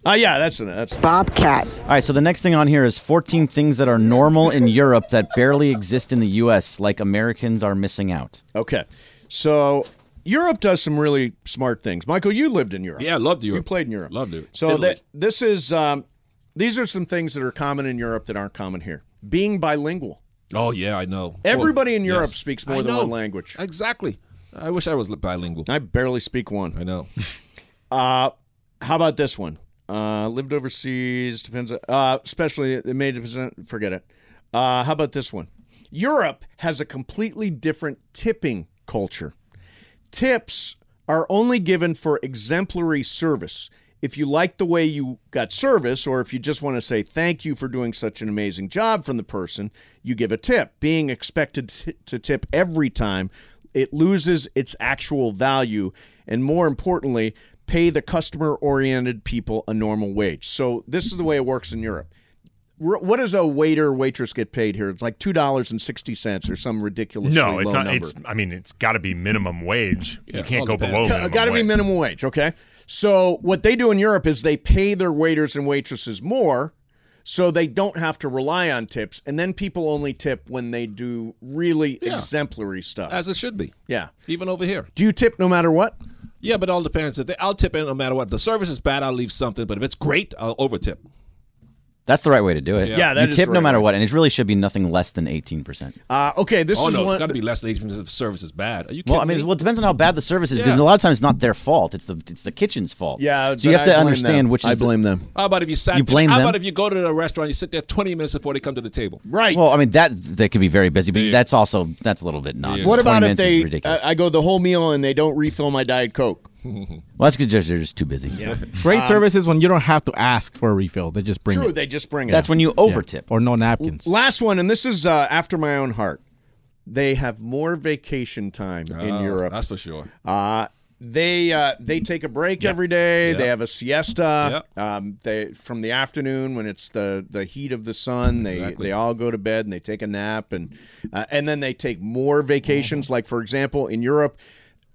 Speaker 2: Uh, yeah, that's that's
Speaker 4: Bobcat. All right, so the next thing on here is 14 things that are normal in Europe that barely exist in the U.S. Like Americans are missing out.
Speaker 2: Okay. So Europe does some really smart things. Michael, you lived in Europe.
Speaker 9: Yeah, I loved Europe.
Speaker 2: You played in Europe. Loved
Speaker 9: it.
Speaker 2: So
Speaker 9: Italy.
Speaker 2: that this is um, these are some things that are common in Europe that aren't common here. Being bilingual.
Speaker 9: Oh yeah, I know.
Speaker 2: Everybody in
Speaker 9: Yes.
Speaker 2: Europe speaks more
Speaker 9: I
Speaker 2: than
Speaker 9: know.
Speaker 2: one language.
Speaker 9: Exactly. I wish I was bilingual.
Speaker 2: I barely speak one.
Speaker 9: I know.
Speaker 2: Uh, how about this one? Uh, lived overseas depends. Uh, especially it may depend. Forget it. Uh, how about this one? Europe has a completely different tipping culture. Tips are only given for exemplary service. If you like the way you got service, or if you just want to say thank you for doing such an amazing job from the person, you give a tip. Being expected t- to tip every time, it loses its actual value. And more importantly, pay the customer oriented people a normal wage. So, this is the way it works in Europe. We're- What does a waiter or waitress get paid here? It's like two dollars and sixty cents or some ridiculous.
Speaker 3: no, it's
Speaker 2: low
Speaker 3: not.
Speaker 2: Number.
Speaker 3: It's. I mean, it's got to be minimum wage. you
Speaker 2: Oh,
Speaker 3: can't go below. Minimum
Speaker 2: Got to be
Speaker 3: wage.
Speaker 2: minimum wage, okay? So what they do in Europe is they pay their waiters and waitresses more, so they don't have to rely on tips, and then people only tip when they do really
Speaker 9: Yeah.
Speaker 2: exemplary stuff.
Speaker 9: As it should be.
Speaker 2: yeah.
Speaker 9: Even over here.
Speaker 2: Do you tip no matter what?
Speaker 9: Yeah, but it all depends. If they, I'll tip in no matter what. The service is bad, I'll leave something. But if it's great, I'll overtip.
Speaker 4: That's the right way to do it.
Speaker 2: Yeah. Yeah, that
Speaker 4: you
Speaker 2: is
Speaker 4: tip
Speaker 2: the
Speaker 4: no
Speaker 2: right
Speaker 4: matter
Speaker 2: way.
Speaker 4: what, and it really should be nothing less than eighteen percent.
Speaker 2: Uh, okay, this
Speaker 9: oh,
Speaker 2: is
Speaker 9: no,
Speaker 2: one.
Speaker 9: it's got to be less than 18% if the service is bad. Are you kidding
Speaker 4: Well, I mean,
Speaker 9: me?
Speaker 4: well, it depends on how bad the service is. Because
Speaker 9: Yeah.
Speaker 4: a lot of times it's not their fault; it's the it's the kitchen's fault.
Speaker 9: Yeah,
Speaker 4: so you
Speaker 9: but
Speaker 4: have
Speaker 9: I
Speaker 4: to
Speaker 9: blame
Speaker 4: understand
Speaker 9: them.
Speaker 4: which is
Speaker 9: I
Speaker 4: the-
Speaker 9: blame them. How about if you sat?
Speaker 4: You blame
Speaker 9: How
Speaker 4: them?
Speaker 9: about if you go to a restaurant, you sit there 20 minutes before they come to the table?
Speaker 2: Right.
Speaker 4: Well, I mean that that could be very busy, but that's also that's a little bit nonsense.
Speaker 2: What
Speaker 4: 20
Speaker 2: about if
Speaker 4: minutes is
Speaker 2: they? uh,
Speaker 4: ridiculous.
Speaker 2: I, I go the whole meal and they don't refill my diet coke.
Speaker 4: well, that's because they're just too busy.
Speaker 1: Great
Speaker 2: Um,
Speaker 1: service is when you don't have to ask for a refill; they just bring
Speaker 2: True,
Speaker 1: it.
Speaker 2: they just bring it.
Speaker 1: That's
Speaker 4: when you overtip
Speaker 1: or no napkins.
Speaker 2: Last one, and this is uh, after my own heart. They have more vacation time in
Speaker 9: Oh,
Speaker 2: Europe.
Speaker 9: that's for sure.
Speaker 2: Uh, they uh, they take a break every day. They have a siesta. Um, they from the afternoon when it's the, the heat of the sun. They they all go to bed and they take a nap and uh, and then they take more vacations. Like for example, in Europe,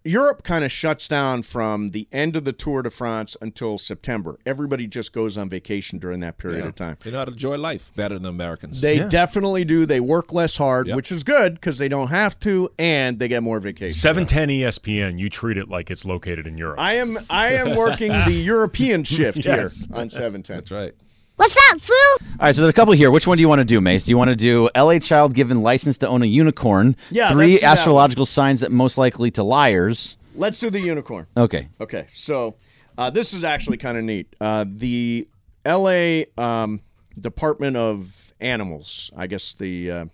Speaker 2: Europe kind of shuts down from the end of the Tour de France until September. Everybody just goes on vacation during that period of time.
Speaker 9: They know how to enjoy life better than Americans.
Speaker 2: They definitely do. They work less hard, which is good because they don't have to, and they get more vacation.
Speaker 3: 710 ESPN, you treat it like it's located in Europe.
Speaker 2: I am I am working the European shift
Speaker 3: Yes.
Speaker 2: here on seven ten. That's
Speaker 9: right.
Speaker 14: What's up, fool?
Speaker 4: All right, so there are a couple here. Which one do you want to do, Mace? Do you want to do LA child given license to own a unicorn?
Speaker 2: Yeah, let's
Speaker 4: Three
Speaker 2: do that
Speaker 4: astrological signs that most likely to liars.
Speaker 2: Let's do the unicorn.
Speaker 4: Okay.
Speaker 2: Okay, so uh, this is actually kind of neat. Uh, the L.A. Um, Department of Animals, I guess the uh,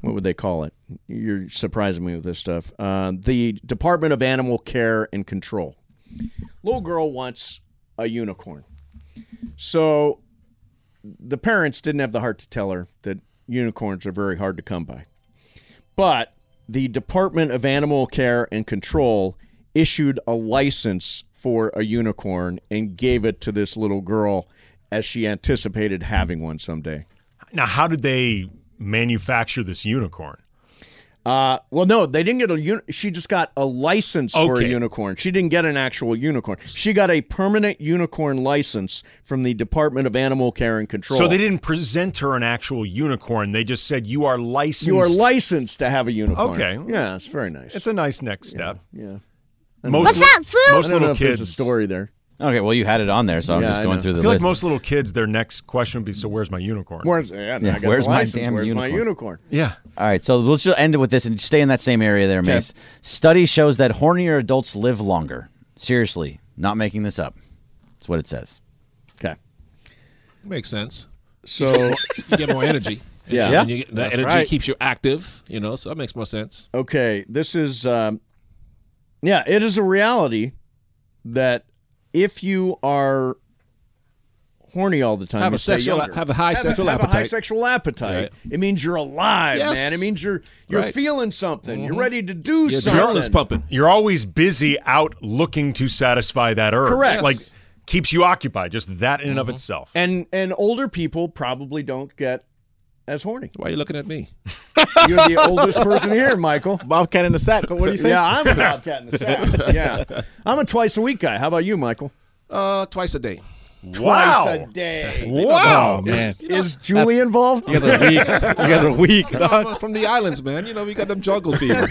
Speaker 2: what would they call it? You're surprising me with this stuff. Uh, the Department of Animal Care and Control. Little girl wants a unicorn, so the parents didn't have the heart to tell her that unicorns are very hard to come by. But the Department of Animal Care and Control issued a license for a unicorn and gave it to this little girl as she anticipated having one someday.
Speaker 3: Now, how did they manufacture this unicorn?
Speaker 2: Uh, well, no, they didn't get a uni- She just got a license for a
Speaker 3: Okay.
Speaker 2: unicorn. She didn't get an actual unicorn. She got a permanent unicorn license from the Department of Animal Care and Control.
Speaker 3: So they didn't present her an actual unicorn. They just said you are licensed.
Speaker 2: You are licensed to have a unicorn.
Speaker 3: Okay.
Speaker 2: Yeah, it's very nice.
Speaker 3: It's a nice next step.
Speaker 2: Yeah.
Speaker 3: Most
Speaker 14: What's up, fool?
Speaker 3: Most
Speaker 2: I don't know
Speaker 3: little
Speaker 2: if there's
Speaker 3: kids.
Speaker 2: a story there.
Speaker 4: Okay, well, you had it on there, so I'm
Speaker 2: Yeah,
Speaker 4: just
Speaker 2: I
Speaker 4: going
Speaker 2: know.
Speaker 4: through
Speaker 3: I
Speaker 4: the
Speaker 3: feel like
Speaker 4: list.
Speaker 3: most little kids, their next question would be, "So where's my unicorn?"
Speaker 2: Where's, yeah, I
Speaker 4: Yeah,
Speaker 2: got the
Speaker 4: where's my
Speaker 2: license.
Speaker 4: damn
Speaker 2: where's my
Speaker 4: unicorn?
Speaker 2: unicorn?
Speaker 3: Yeah.
Speaker 4: All right, so let's just end it with this and stay in that same area there, Mace. Study shows that hornier adults live longer. Seriously, not making this up. That's what it says.
Speaker 2: Okay.
Speaker 9: Makes sense.
Speaker 2: So-
Speaker 9: you get more energy.
Speaker 2: Yeah.
Speaker 9: And you get, that
Speaker 2: That's
Speaker 9: energy
Speaker 2: right.
Speaker 9: keeps you active, you know, so that makes more sense.
Speaker 2: Okay, this is, um, yeah, it is a reality that if you are horny all the time,
Speaker 9: Have
Speaker 2: you
Speaker 9: a
Speaker 2: stay
Speaker 9: sexual-
Speaker 2: younger.
Speaker 9: have a high sexual
Speaker 2: have A high
Speaker 9: appetite.
Speaker 2: sexual appetite. It means you're alive,
Speaker 9: Yes.
Speaker 2: man. It means you're you're
Speaker 9: Right. Mm-hmm.
Speaker 2: feeling something. You're ready to do something.
Speaker 3: adrenaline's You're always busy out looking to satisfy that urge.
Speaker 2: Correct.
Speaker 3: Like keeps you occupied. Just that in and of
Speaker 4: Mm-hmm.
Speaker 3: itself.
Speaker 2: And and older people probably don't get as horny.
Speaker 9: Why are you looking at me?
Speaker 2: You're the oldest person here, Michael.
Speaker 1: Bobcat in the sack. What do you say?
Speaker 2: Yeah, I'm a bobcat in the sack. Yeah, I'm a twice a week guy. How about you, Michael?
Speaker 9: Uh, twice a day.
Speaker 2: Twice a day.
Speaker 3: Wow,
Speaker 1: Oh,
Speaker 3: man.
Speaker 1: man.
Speaker 2: Is Julie involved?
Speaker 1: You guys are weak. You guys are weak.
Speaker 9: You know, I'm, uh, from the islands, man. You know, we got them jungle fever.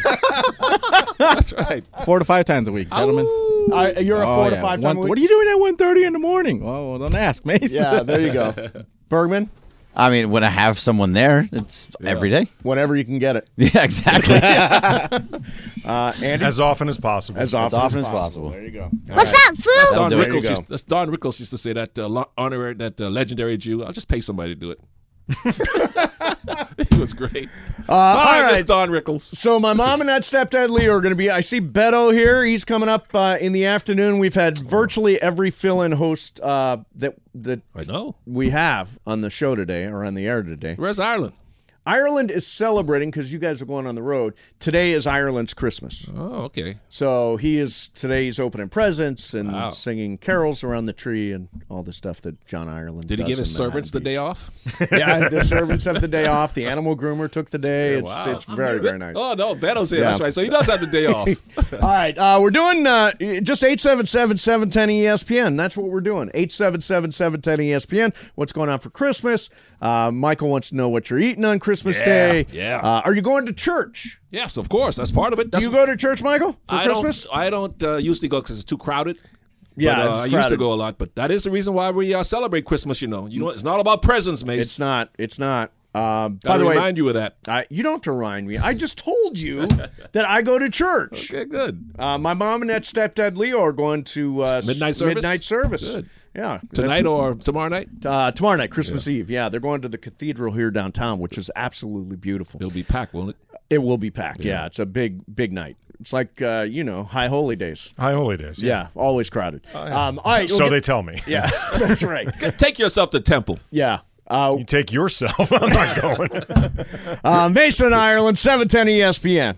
Speaker 9: That's right.
Speaker 1: Four to five times a week, gentlemen.
Speaker 2: I, you're a
Speaker 1: Oh,
Speaker 2: four to
Speaker 1: yeah.
Speaker 2: five
Speaker 1: One-
Speaker 2: time a week.
Speaker 1: What are you doing at 1.30 in the morning? Oh, well, don't ask, Mace.
Speaker 2: Yeah, there you go. Bergman,
Speaker 4: I mean, when I have someone there, it's every day.
Speaker 2: whenever you can get it.
Speaker 4: Yeah, exactly.
Speaker 2: Uh, Andy,
Speaker 3: As often as possible.
Speaker 2: as often,
Speaker 4: often
Speaker 2: as,
Speaker 4: as possible.
Speaker 2: possible. There you go.
Speaker 14: What's up,
Speaker 9: That's
Speaker 14: fool?
Speaker 9: Don,
Speaker 4: do it.
Speaker 9: Rickles
Speaker 2: There you
Speaker 9: used, that's Don Rickles used to say that uh, lo- honorary, that uh, legendary Jew. I'll just pay somebody to do it. it was great.
Speaker 2: Uh, all
Speaker 9: Hi, Miss
Speaker 2: right.
Speaker 9: Don Rickles.
Speaker 2: So my mom and that stepdad Lee are going to be. I see Beto here. He's coming up uh, in the afternoon. We've had virtually every fill-in host uh, that that
Speaker 9: I know.
Speaker 2: we have on the show today or on the air today.
Speaker 9: Where's Ireland?
Speaker 2: Ireland is celebrating because you guys are going on the road. Today is Ireland's Christmas.
Speaker 9: Oh, okay.
Speaker 2: So he is today. He's opening presents and
Speaker 9: Wow.
Speaker 2: singing carols around the tree and all the stuff that John Ireland
Speaker 9: Did he
Speaker 2: does
Speaker 9: give his
Speaker 2: in the
Speaker 9: servants the day off?
Speaker 2: yeah, the servants have the day off. The animal groomer took the day. It's it's very very nice.
Speaker 9: Oh no, Beto's here.
Speaker 2: Yeah.
Speaker 9: That's right. So he does have the day off.
Speaker 2: All right, uh, we're doing uh, just E 877-710-ESPN. That's what we're doing. 877-710-ESPN. What's going on for Christmas? Uh, Michael wants to know what you're eating on Christmas
Speaker 9: Yeah,
Speaker 2: Day.
Speaker 9: yeah.
Speaker 2: Uh, are you going to church?
Speaker 9: yes, of course. That's part of it.
Speaker 2: Do
Speaker 9: That's-
Speaker 2: you go to church, Michael, for
Speaker 9: I
Speaker 2: Christmas?
Speaker 9: Don't, I don't uh, usually go because it's too crowded. but,
Speaker 2: Yeah,
Speaker 9: uh,
Speaker 2: it's
Speaker 9: I used to
Speaker 2: crowded.
Speaker 9: go a lot, but that is the reason why we uh, celebrate Christmas. You know, you know, it's not about presents, mate.
Speaker 2: It's not. It's not. Um,
Speaker 9: Gotta
Speaker 2: by the way,
Speaker 9: remind you of that.
Speaker 2: I, you don't have to remind me. I just told you that I go to church.
Speaker 9: Okay, good.
Speaker 2: Uh, my mom and that stepdad Leo are going to uh,
Speaker 9: Midnight
Speaker 2: s-
Speaker 9: service?
Speaker 2: Midnight service.
Speaker 9: Good.
Speaker 2: Yeah,
Speaker 9: Tonight
Speaker 2: That's-
Speaker 9: or tomorrow night?
Speaker 2: uh, tomorrow night, Christmas Eve. Yeah, they're going to the cathedral here downtown, which is absolutely beautiful.
Speaker 9: It'll be packed, won't it?
Speaker 2: It will be packed. Yeah, it's a big, big night. It's like uh, you know, High Holy Days.
Speaker 3: High Holy Days.
Speaker 2: Yeah, always crowded.
Speaker 9: Oh,
Speaker 2: um, all right,
Speaker 3: so
Speaker 2: we'll
Speaker 3: they
Speaker 2: get-
Speaker 3: tell me.
Speaker 2: Yeah, that's right.
Speaker 9: Take yourself to temple.
Speaker 2: Yeah. Uh,
Speaker 3: you take yourself. I'm not going.
Speaker 2: Uh, Mason, Ireland, seven ten ESPN.